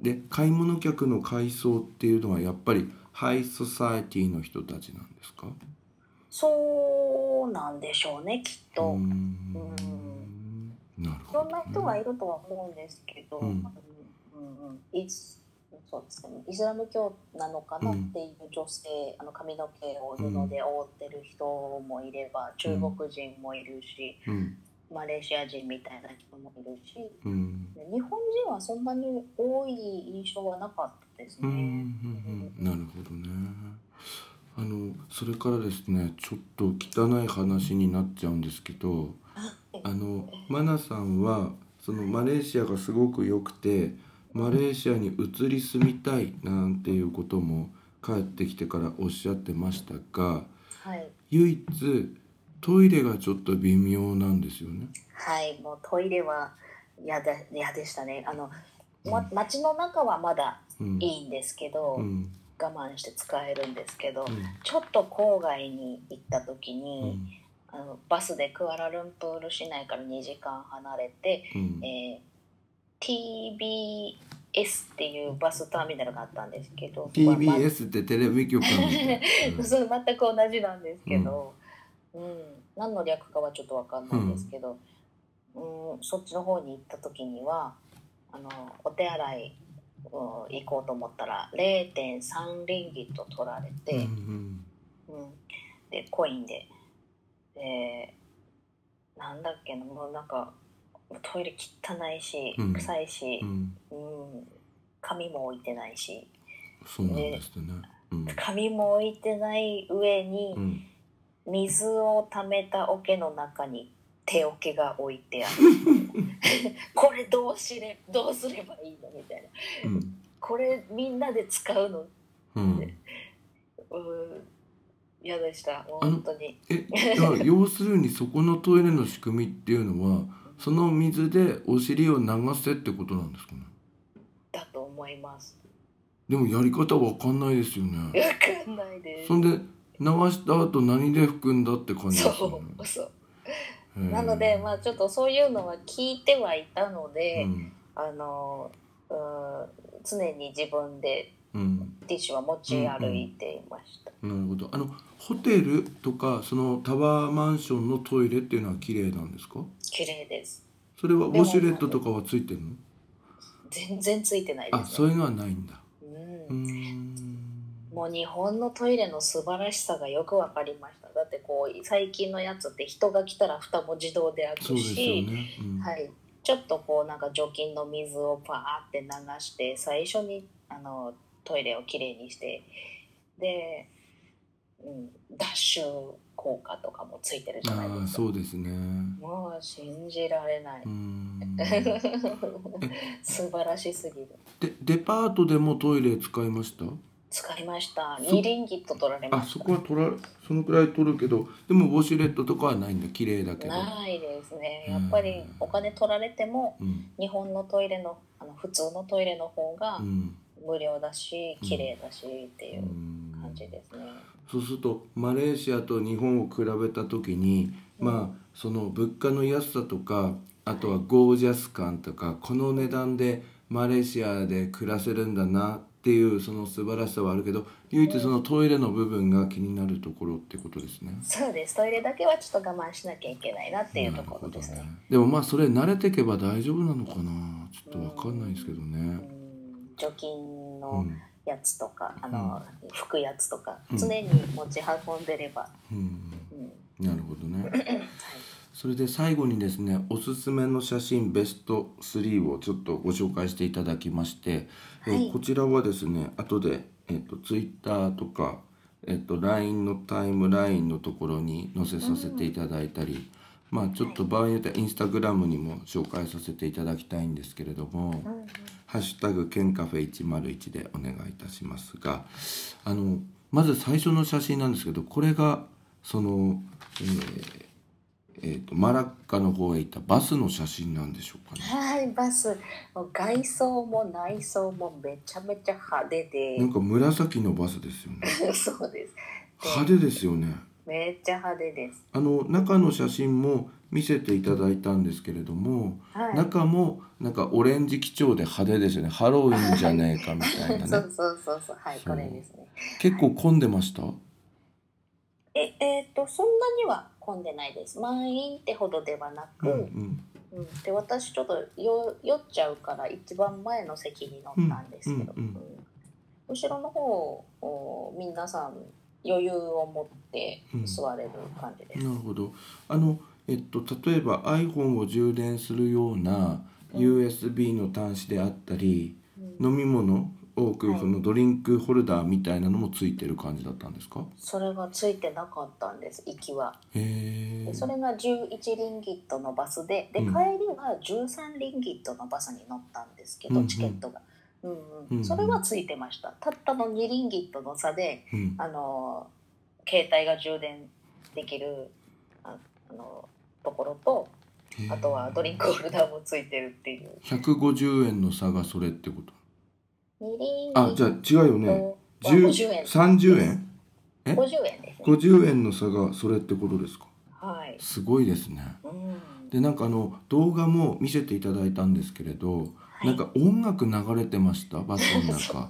Speaker 2: ーで買い物客の階層っていうのはやっぱりハイソサエティの人たちなんですか
Speaker 3: そうなんでしょうね、きっ
Speaker 2: うー
Speaker 3: と。
Speaker 2: んなる
Speaker 3: い
Speaker 2: ほ
Speaker 3: ろ
Speaker 2: ど
Speaker 3: ん
Speaker 2: ね、
Speaker 3: な人がいるとは思うんですけど、
Speaker 2: う
Speaker 3: うんんうんうんいつそうですね、イスラム教なのかなっていう女性、あの髪の毛を布で覆ってる人もいれば中国人もいるし、
Speaker 2: うん
Speaker 3: マレーシア人みたいな人もいるし
Speaker 2: うん
Speaker 3: で日本人はそんなに多い印象はなかったです
Speaker 2: う
Speaker 3: ね。
Speaker 2: んうんうんなるほどねあのそれからですねちょっと汚い話になっちゃうんですけどあのマナさんはそのマレーシアがすごく良くてマレーシアに移り住みたいなんていうことも帰ってきてからおっしゃってましたが
Speaker 3: はい、
Speaker 2: 唯一トイレがちょっと微妙なんですよね。
Speaker 3: はい、もうトイレは嫌だ嫌でしたねあの、ま、街の中はまだ
Speaker 2: うん
Speaker 3: いいんですけど、
Speaker 2: うん
Speaker 3: 我慢して使えるんですけど、
Speaker 2: うん
Speaker 3: ちょっと郊外に行った時
Speaker 2: う
Speaker 3: に、
Speaker 2: ん
Speaker 3: あのバスでクアラルンプール市内から2時間離れて、
Speaker 2: うん
Speaker 3: えー TBS っていうバスターミナルがあったんですけど
Speaker 2: TBS ってテレビ局なんで、 うん
Speaker 3: そう全く同じなんですけど、うん何の略かはちょっと分かんないんですけど、うんそっちの方に行った時にはあのお手洗いうん行こうと思ったら0.3リンギット取られ
Speaker 2: うんう
Speaker 3: て、
Speaker 2: ん
Speaker 3: うんでコインで、えーなんだっけなもうなんかトイレ汚いし
Speaker 2: うん
Speaker 3: 臭いし
Speaker 2: う、ん、
Speaker 3: うん紙も置いてないし
Speaker 2: そうなんですね。うん
Speaker 3: 紙も置いてない上に。
Speaker 2: うん
Speaker 3: 水を溜めた桶の中に手桶が置いてあ るこれどうしれどうすればいいのみたいな
Speaker 2: うん
Speaker 3: これみんなで使うの
Speaker 2: うん、
Speaker 3: うー嫌でしたもう
Speaker 2: あの
Speaker 3: 本当に
Speaker 2: えだから要するにそこのトイレの仕組みっていうのはその水でお尻を流せってことなんですかね
Speaker 3: だと思います
Speaker 2: でもやり方わかんないですよ
Speaker 3: わ
Speaker 2: ね
Speaker 3: かんないです
Speaker 2: そんで流した後何で拭くんだって感じですよね
Speaker 3: そうそう
Speaker 2: へー
Speaker 3: なのでまあちょっとそういうのは聞いてはいたので、
Speaker 2: うん
Speaker 3: あのうー常に自分で
Speaker 2: うん、
Speaker 3: ティッシュは持ち歩いていました、
Speaker 2: なるほどあのホテルとかそのタワーマンションのトイレっていうのは綺麗なんですか
Speaker 3: 綺麗です
Speaker 2: それはウォシュレットとかはついてるの
Speaker 3: 全然ついてないです、ね
Speaker 2: あ、そういうのはないんだ
Speaker 3: うん
Speaker 2: うーん
Speaker 3: もう日本のトイレの素晴らしさがよく分かりましただってこう最近のやつって人が来たら蓋も自動で開
Speaker 2: そう
Speaker 3: く
Speaker 2: ですよ
Speaker 3: し、
Speaker 2: ね、うん
Speaker 3: はい、ちょっとこうなんか除菌の水をパーって流して最初にあのトイレをきれいにしてで、うん、脱臭効果とかもついてるじゃない
Speaker 2: ああ
Speaker 3: ですか
Speaker 2: そうですね
Speaker 3: もう信じられない、
Speaker 2: うーん
Speaker 3: 素晴らしすぎる
Speaker 2: でデパートでもトイレ使いました
Speaker 3: 使いました
Speaker 2: そ
Speaker 3: 2リンギット取られま
Speaker 2: あ
Speaker 3: し
Speaker 2: そこは取らそのくらい取るけどでもウォシュレットとかはないんだ綺麗だ
Speaker 3: た
Speaker 2: けど、
Speaker 3: ないですね
Speaker 2: うん
Speaker 3: やっぱりお金取られても
Speaker 2: うん
Speaker 3: 日本のトイレのあの普通のトイレの方が
Speaker 2: うん
Speaker 3: 無料だし
Speaker 2: うん
Speaker 3: 綺麗だしっていううん感じですね。
Speaker 2: そうするとマレーシアと日本を比べた時に、まあその物価の安さとかあとはゴージャス感とかこの値段でマレーシアで暮らせるんだなっていうその素晴らしさはあるけど唯一そのトイレの部分が気になるところってことですね。
Speaker 3: そうですトイレだけはちょっと我慢しなきゃいけないなっていうところです
Speaker 2: なるほ
Speaker 3: ね。
Speaker 2: どでもまあそれ慣れてけば大丈夫なのかなちょっとわかんないですけど
Speaker 3: う
Speaker 2: ね。
Speaker 3: ん除菌
Speaker 2: う
Speaker 3: の
Speaker 2: ん
Speaker 3: やつとか、あの拭くやつとか、
Speaker 2: うん
Speaker 3: 常に持ち運んでれば、
Speaker 2: うん、
Speaker 3: うん
Speaker 2: なるほどね。
Speaker 3: はい、
Speaker 2: それで最後にですねおすすめの写真ベスト3をちょっとご紹介していただきまして、えー
Speaker 3: はい
Speaker 2: こちらはですね後で、えー、と Twitter とか、えー、と LINE のタイムラインのところに載せさせていただいたり、まあちょっと場合によってはインスタグラムにも紹介させていただきたいんですけれども。
Speaker 3: うんうん
Speaker 2: ハッシュタグケンカフェ101でお願いいたしますが、あのまず最初の写真なんですけど、これがその、えーえーとマラッカの方へ行ったバスの写真なんでしょうかね。
Speaker 3: はいバスもう外装も内装もめちゃめちゃ派手で
Speaker 2: なんか紫のバスですよね。
Speaker 3: そうです
Speaker 2: 派手ですよね。
Speaker 3: めっちゃ派手です。
Speaker 2: あの中の写真も見せていただいたんですけれども、
Speaker 3: はい
Speaker 2: 中もなんかオレンジ基調で派手ですよね。ハロウィンじゃねえかみたい
Speaker 3: そ
Speaker 2: なね
Speaker 3: う。そうそうそうはい
Speaker 2: そう
Speaker 3: これですね
Speaker 2: 結構混んでました。
Speaker 3: ええーっとそんなには混んでないです満員ってほどではなく、うん
Speaker 2: ん。
Speaker 3: で私ちょっとよ酔っちゃうから一番前の席に乗ったんですけど、
Speaker 2: うんうんうん
Speaker 3: 後ろの方を皆さん余裕を持って
Speaker 2: うん
Speaker 3: 座れる感じです、
Speaker 2: なるほどあのえっと、例えば iPhone を充電するような USB の端子であったり、
Speaker 3: うん
Speaker 2: 飲み物多く
Speaker 3: はい
Speaker 2: そのドリンクホルダーみたいなのもついてる感じだったんですか
Speaker 3: それがついてなかったんです行きは
Speaker 2: へえ
Speaker 3: でそれが11リンギットのバスでで帰
Speaker 2: う
Speaker 3: り
Speaker 2: ん
Speaker 3: は13リンギットのバスに乗ったんですけど、
Speaker 2: うんうん
Speaker 3: チケットが、うん
Speaker 2: うん
Speaker 3: う
Speaker 2: うん
Speaker 3: ん、それはついてましたたったの2リンギットの差で
Speaker 2: うん
Speaker 3: あの携帯が充電できるああのところと
Speaker 2: へー
Speaker 3: あとはドリンクホルダーもついてるっていう
Speaker 2: 150円の差がそれってこと
Speaker 3: 2リンギ
Speaker 2: あ
Speaker 3: ッ
Speaker 2: じゃあ
Speaker 3: ト
Speaker 2: 違うよね
Speaker 3: は50円
Speaker 2: 30円え
Speaker 3: 50円ですね
Speaker 2: 50円の差がそれってことですか
Speaker 3: はい、
Speaker 2: すごいですね
Speaker 3: うん
Speaker 2: でなんかあの動画も見せていただいたんですけれど、
Speaker 3: はい
Speaker 2: なんか音楽流れてましたバスの 中
Speaker 3: あ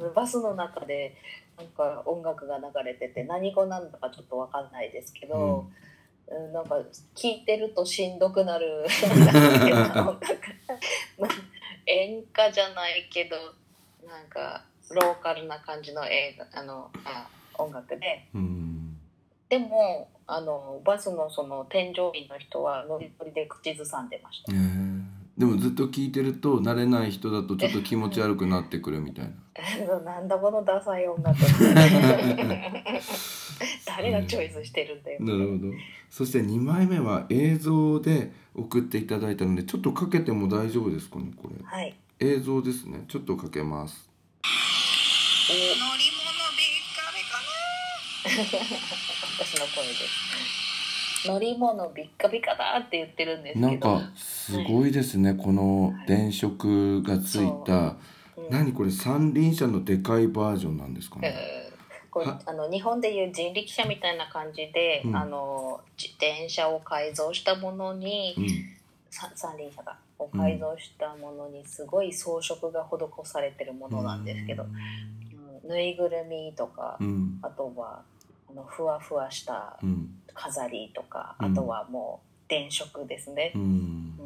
Speaker 3: のバスの中でなんか音楽が流れてて何語なんだかちょっとわかんないですけど、うんなんか聞いてるとしんどくなる なんていうか音楽演歌じゃないけどなんかローカルな感じの映画あのあ音楽で
Speaker 2: うん
Speaker 3: でもあのバスのその添乗員の人はノリノリで口ずさんでま した
Speaker 2: へ。ーでもずっと聞いてると慣れない人だとちょっと気持ち悪くなってくるみたいな
Speaker 3: なんだこのダサい音 楽誰がチョイスしてるんだよ、
Speaker 2: なるほどそして2枚目は映像で送っていただいたのでちょっとかけても大丈夫ですかねこれ
Speaker 3: はい
Speaker 2: 映像ですねちょっとかけます
Speaker 3: お
Speaker 4: 乗り物でっかめか
Speaker 3: 私の声です乗り物ビッカビカだって言ってるんですけど
Speaker 2: なんかすごいですね、この電飾がついた
Speaker 3: うん
Speaker 2: 何これ三輪車のでかいバージョンなんですかね、
Speaker 3: うんこれ
Speaker 2: は
Speaker 3: あの日本でいう人力車みたいな感じで、
Speaker 2: うん
Speaker 3: あの自転車を改造したものに、
Speaker 2: うん、
Speaker 3: さ三輪車がを改造したものにすごい装飾が施されてるものなんですけど、うんぬいぐるみとか、
Speaker 2: うん
Speaker 3: あとはあのふわふわした
Speaker 2: うん
Speaker 3: 飾りとか、
Speaker 2: うん
Speaker 3: あとはもう電飾ですね
Speaker 2: う、ん
Speaker 3: うん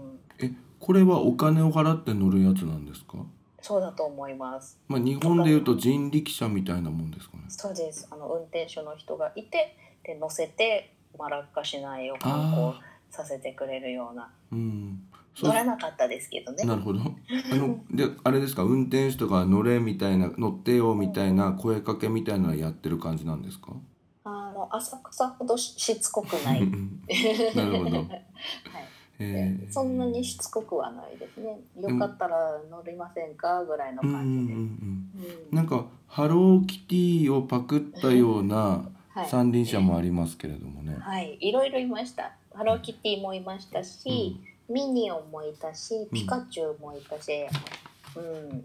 Speaker 2: えこれはお金を払って乗るやつなんですか
Speaker 3: そうだと思います
Speaker 2: まあ日本でいうと人力車みたいなもんですかね
Speaker 3: そうですあの運転手の人がいてで乗せて、まあ、落下しないよう観光
Speaker 2: あ
Speaker 3: させてくれるような
Speaker 2: あうんそう
Speaker 3: 乗らなかったですけどね
Speaker 2: なるほどあのであれですか運転手とか乗れみたいな乗ってよみたいな声かけみたいなのやってる感じなんです か、
Speaker 3: あの浅草ほどししつこくない
Speaker 2: なるほど、えー
Speaker 3: そんなにしつこくはないですねよかったら乗りませんかぐらいの
Speaker 2: うんうんうん
Speaker 3: 感
Speaker 2: うん
Speaker 3: じで、うん
Speaker 2: なんかハローキティをパクったような
Speaker 3: はい
Speaker 2: 三輪車もありますけれどもね。
Speaker 3: はい、いろいろいました。ハローキティもいましたし、ミニオンもいたし、ピカチュウもいたし、うん、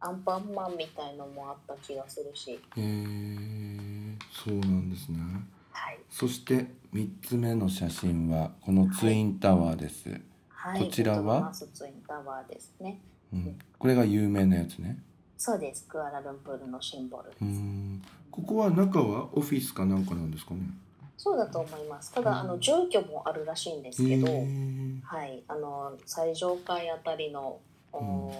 Speaker 3: アンパンマンみたいのもあった気がするし、
Speaker 2: へえ、そうなんですね。
Speaker 3: はい、
Speaker 2: そして三つ目の写真はこのツインタワーです。
Speaker 3: はい、
Speaker 2: こちらは
Speaker 3: ベトナムスツインタワーですね。
Speaker 2: うん、これが有名なやつね。
Speaker 3: そうです、クアラルンプールのシンボルです。
Speaker 2: うん。ここは中はオフィスかなんかなんですかね。
Speaker 3: そうだと思います。ただ、あの住居もあるらしいんですけど、
Speaker 2: へー
Speaker 3: はい、あの最上階あたりの、お
Speaker 2: うん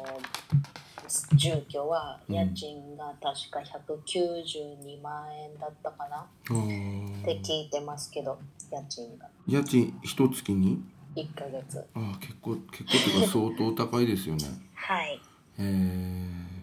Speaker 3: 住居は
Speaker 2: うん
Speaker 3: 家賃が確か192万円だったかな、
Speaker 2: あー
Speaker 3: って聞いてますけど家賃が
Speaker 2: 家賃一月に。
Speaker 3: 1ヶ月
Speaker 2: ああ、結構、結構というか相当高いですよね。
Speaker 3: はい
Speaker 2: えー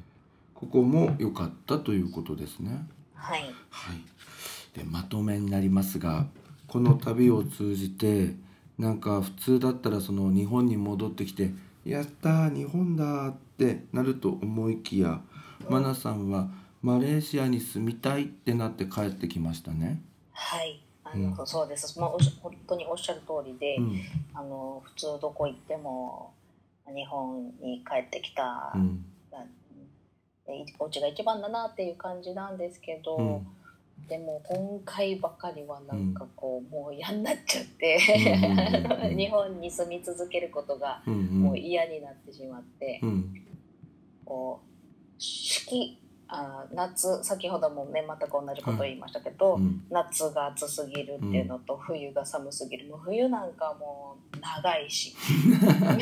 Speaker 2: ここも良かったということですね。
Speaker 3: はい
Speaker 2: はい、でまとめになりますがこの旅を通じてなんか普通だったらその日本に戻ってきて「やったー日本だ!」ってなると思いきやマナさんはマレーシアに住みたいってなって帰ってきましたね。
Speaker 3: はいあの、
Speaker 2: うん
Speaker 3: そうですもうおし本当におっしゃる通りで、
Speaker 2: うん
Speaker 3: あの普通どこ行っても日本に帰ってきた、
Speaker 2: うん
Speaker 3: でいお家が一番だなっていう感じなんですけど、
Speaker 2: うん
Speaker 3: でも今回ばかりはなんかこう、もう嫌になっちゃって、
Speaker 2: うん うんうんうん
Speaker 3: 日本に住み続けることが
Speaker 2: うん
Speaker 3: もう嫌になってしまって、
Speaker 2: うん
Speaker 3: こう四季あ夏先ほどもね全く同じことを言いましたけど、
Speaker 2: うん
Speaker 3: 夏が暑すぎるっていうのと、冬が寒すぎるもう冬なんかもう長 いし なん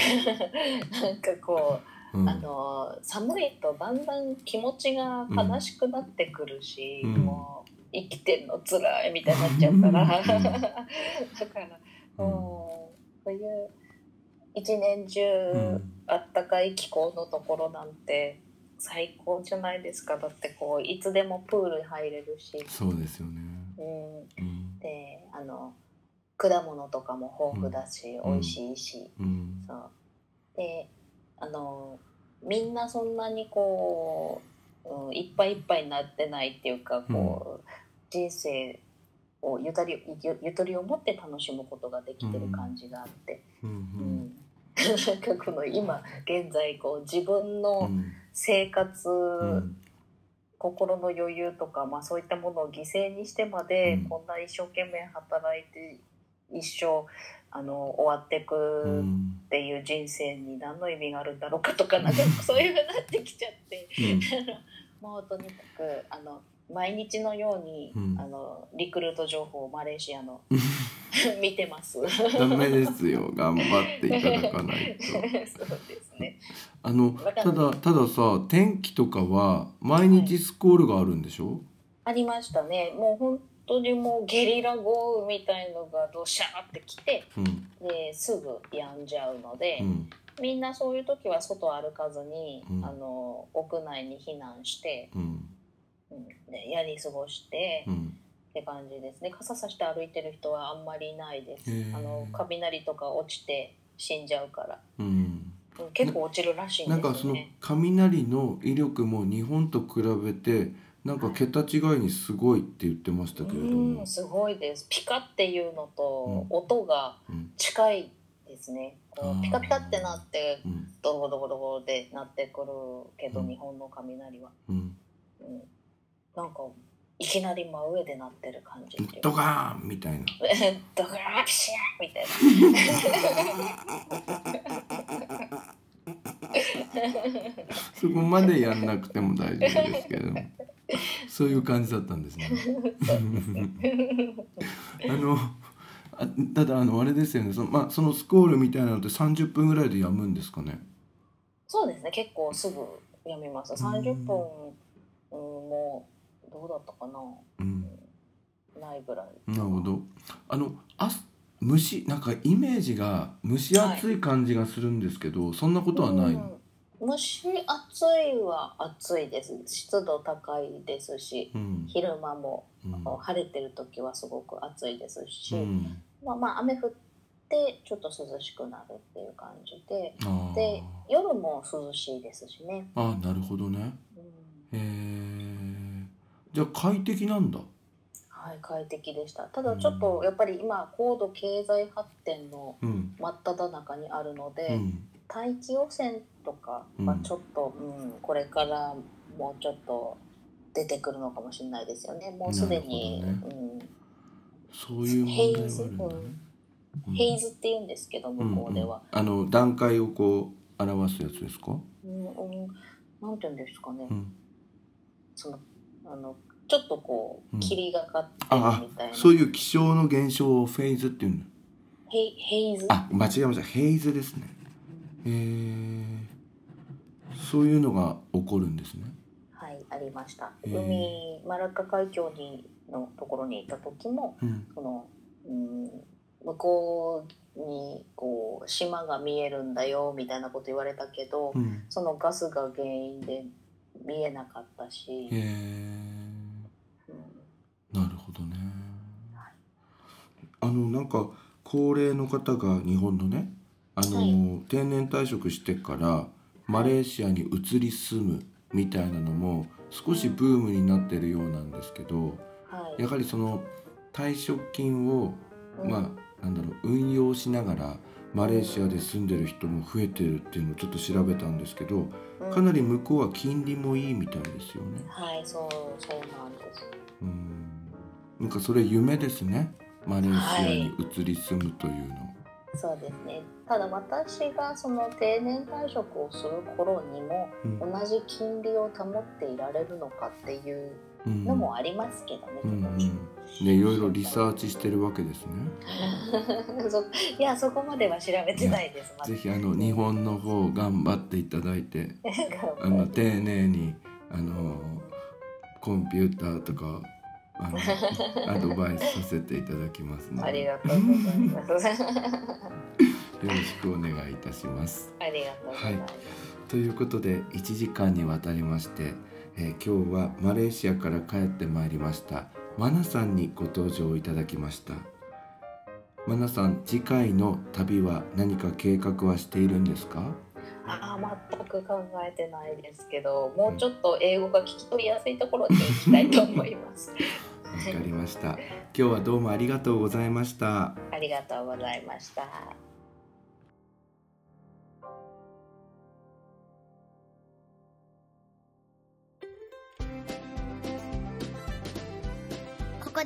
Speaker 3: かこ
Speaker 2: う
Speaker 3: う、
Speaker 2: ん
Speaker 3: あの寒いとだんだん気持ちが悲しくなってくるし、
Speaker 2: うん
Speaker 3: もう生きてんの辛いみたいになっちゃうから、
Speaker 2: うん
Speaker 3: だからうん、という一年中、あったかい気候のところなんて最高じゃないですかだってこういつでもプール入れるし、
Speaker 2: そうですよね。
Speaker 3: うん、
Speaker 2: うん
Speaker 3: であの果物とかも豊富だし、
Speaker 2: うん
Speaker 3: 美味しいし、
Speaker 2: うん
Speaker 3: そうであのみんなそんなにこう、うん、いっぱいいっぱいになってないっていうかこう、人生をゆとりゆゆとりを持って楽しむことができてる感じがあって、
Speaker 2: うんう
Speaker 3: うん んなんかこの今現在こう自分の生活、
Speaker 2: うん
Speaker 3: 心の余裕とか、まあ、そういったものを犠牲にしてまで、
Speaker 2: うん
Speaker 3: こんな一生懸命働いて一生あの終わっていく
Speaker 2: うん
Speaker 3: っていう人生に何の意味があるんだろうかとか なんかそういうふうになってきちゃってもうとにかくあの毎日のように、
Speaker 2: うん
Speaker 3: あのリクルート情報をマレーシ アの見てます。
Speaker 2: ダメですよ頑張っていただかない
Speaker 3: そ う
Speaker 2: と。
Speaker 3: ですね
Speaker 2: あのただたださ天気とかは毎日スコールがあるんでしょ、
Speaker 3: ありましたねもう本当にもうゲリラ豪雨みたいのがどしゃーってきて
Speaker 2: うん
Speaker 3: ですぐやんじゃうので、
Speaker 2: うん
Speaker 3: みんなそういう時は外を歩かずに、
Speaker 2: うん
Speaker 3: あの屋内に避難して、
Speaker 2: うん
Speaker 3: うんでやり過ごして、
Speaker 2: う
Speaker 3: っ
Speaker 2: ん
Speaker 3: て感じですね傘さして歩いてる人はあんまりいないです
Speaker 2: へー
Speaker 3: あの雷とか落ちて死んじゃうから、
Speaker 2: うん
Speaker 3: うん、結構落ちるらしいん
Speaker 2: なん
Speaker 3: で
Speaker 2: か
Speaker 3: す
Speaker 2: そ
Speaker 3: よ
Speaker 2: の
Speaker 3: ね
Speaker 2: 雷の威力も日本と比べてなんか桁違いにすごいって言ってましたけれど
Speaker 3: う
Speaker 2: も
Speaker 3: ん、すごいですピカっていうのと
Speaker 2: う
Speaker 3: 音が
Speaker 2: うん
Speaker 3: 近いですね、こ
Speaker 2: あー
Speaker 3: うピカピカってなって
Speaker 2: うん
Speaker 3: ドボドボドボでなってくるけど、
Speaker 2: うん
Speaker 3: 日本の雷は、
Speaker 2: うん、
Speaker 3: うん、なんかいきなり真上でなってる感じっていう
Speaker 2: ド
Speaker 3: か
Speaker 2: カーンみたいな。
Speaker 3: ドカーンピシャーンみたいな
Speaker 2: そこまでやんなくても大丈夫ですけどもそういう感じだったんですね。あのあただあのあれですよねその,、まあ、そのスコールみたいなのって30分ぐらいでやむんですかね。
Speaker 3: そうですね結構すぐやみます30分、うん、もうどうだったかな
Speaker 2: うん、
Speaker 3: ないぐらい
Speaker 2: なるほどあのあ蒸しなんかイメージが蒸し暑い感じがするんですけど、そんなことはないの、
Speaker 3: うん蒸し暑いは暑いです湿度高いですし
Speaker 2: うん
Speaker 3: 昼間も
Speaker 2: うん
Speaker 3: 晴れてる時はすごく暑いですし、
Speaker 2: うん、
Speaker 3: まあまあ雨降ってちょっと涼しくなるっていう感じで
Speaker 2: あー
Speaker 3: で夜も涼しいですしね、
Speaker 2: あーなるほどね
Speaker 3: うん、
Speaker 2: へえじゃあ快適なんだ
Speaker 3: はい快適でしたただちょっとやっぱり今高度経済発展の
Speaker 2: うん
Speaker 3: 真っ只中にあるので、
Speaker 2: うん
Speaker 3: 大気汚染とかはちょっと、うんこれからもうちょっと出てくるのかもしれないですよねもうすでに、
Speaker 2: なるほ
Speaker 3: う、
Speaker 2: そういう問題があるんだねうんん
Speaker 3: ヘイズって言うんですけど向こうでは、
Speaker 2: うんうん、あの段階をこう表すやつですか、
Speaker 3: うんうんなんて言うんですかね、
Speaker 2: うん、
Speaker 3: そのあのちょっとこ
Speaker 2: う
Speaker 3: うん霧がかって
Speaker 2: あ
Speaker 3: るみたいな、
Speaker 2: あそういう気象の現象をフェーズっていうの
Speaker 3: ヘイヘイズ
Speaker 2: あ間違えましたヘイズですねへえそういうのが起こるんですね
Speaker 3: はいありました
Speaker 2: へー
Speaker 3: 海マラッカ海峡にのところにいた時も、
Speaker 2: うん
Speaker 3: その、うん、向こうにこう島が見えるんだよみたいなこと言われたけど、
Speaker 2: うん
Speaker 3: そのガスが原因で見えなかったし、
Speaker 2: へえ
Speaker 3: うん
Speaker 2: なるほどね。あのなんか高齢の方が日本のね、あの、
Speaker 3: は
Speaker 2: 定年退職してからマレーシアに移り住むみたいなのも少しブームになってるようなんですけど、
Speaker 3: はい
Speaker 2: やはりその退職金を
Speaker 3: うん
Speaker 2: まあなんだろう運用しながらマレーシアで住んでる人も増えてるっていうのをちょっと調べたんですけど、
Speaker 3: うん
Speaker 2: かなり向こうは金利もいいみたいですよね。
Speaker 3: はいそうそうなんです
Speaker 2: うんなんかそれ夢ですね。マレーシアに移り住むというの。
Speaker 3: そうですねただ私がその定年退職をする頃にも
Speaker 2: うん
Speaker 3: 同じ金利を保っていられるのかっていう
Speaker 2: うん
Speaker 3: のもありますけどね、
Speaker 2: うんうん。ねいろいろリサーチしてるわけですね。
Speaker 3: そいやそこまでは調べてないですまだ
Speaker 2: ぜひあの日本の方頑張っていただいて、あの丁寧にあのコンピューターとか。あ のアドバイスさせていただきますの
Speaker 3: あ
Speaker 2: で
Speaker 3: り
Speaker 2: よ
Speaker 3: がとうございます。
Speaker 2: ろしくお願いいたします。
Speaker 3: ありがとうございます。
Speaker 2: ということで1時間にわたりまして、えー今日はマレーシアから帰ってまいりましたマナさんにご登場いただきましたマナさん次回の旅は何か計画はしているんですか
Speaker 3: ああ、全く考えてないですけど、もうちょっと英語が聞き取りやすいところに行きたいと思います。
Speaker 2: わかりました今日はどうもありがとうございました
Speaker 3: ありがとうございました。
Speaker 1: ここ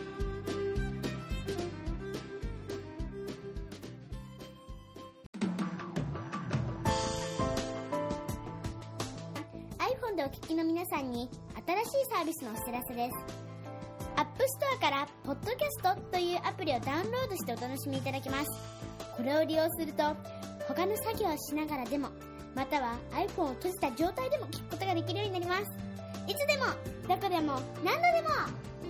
Speaker 1: もiPhone でお聞きの皆さんに新しいサービスのお知らせです App Store から「Podcast」というアプリをダウンロードしてお楽しみいただけますこれを利用すると他の作業をしながらでもまたは iPhone を閉じた状態でも聞くことができるようになりますいつでもどこでも何度でも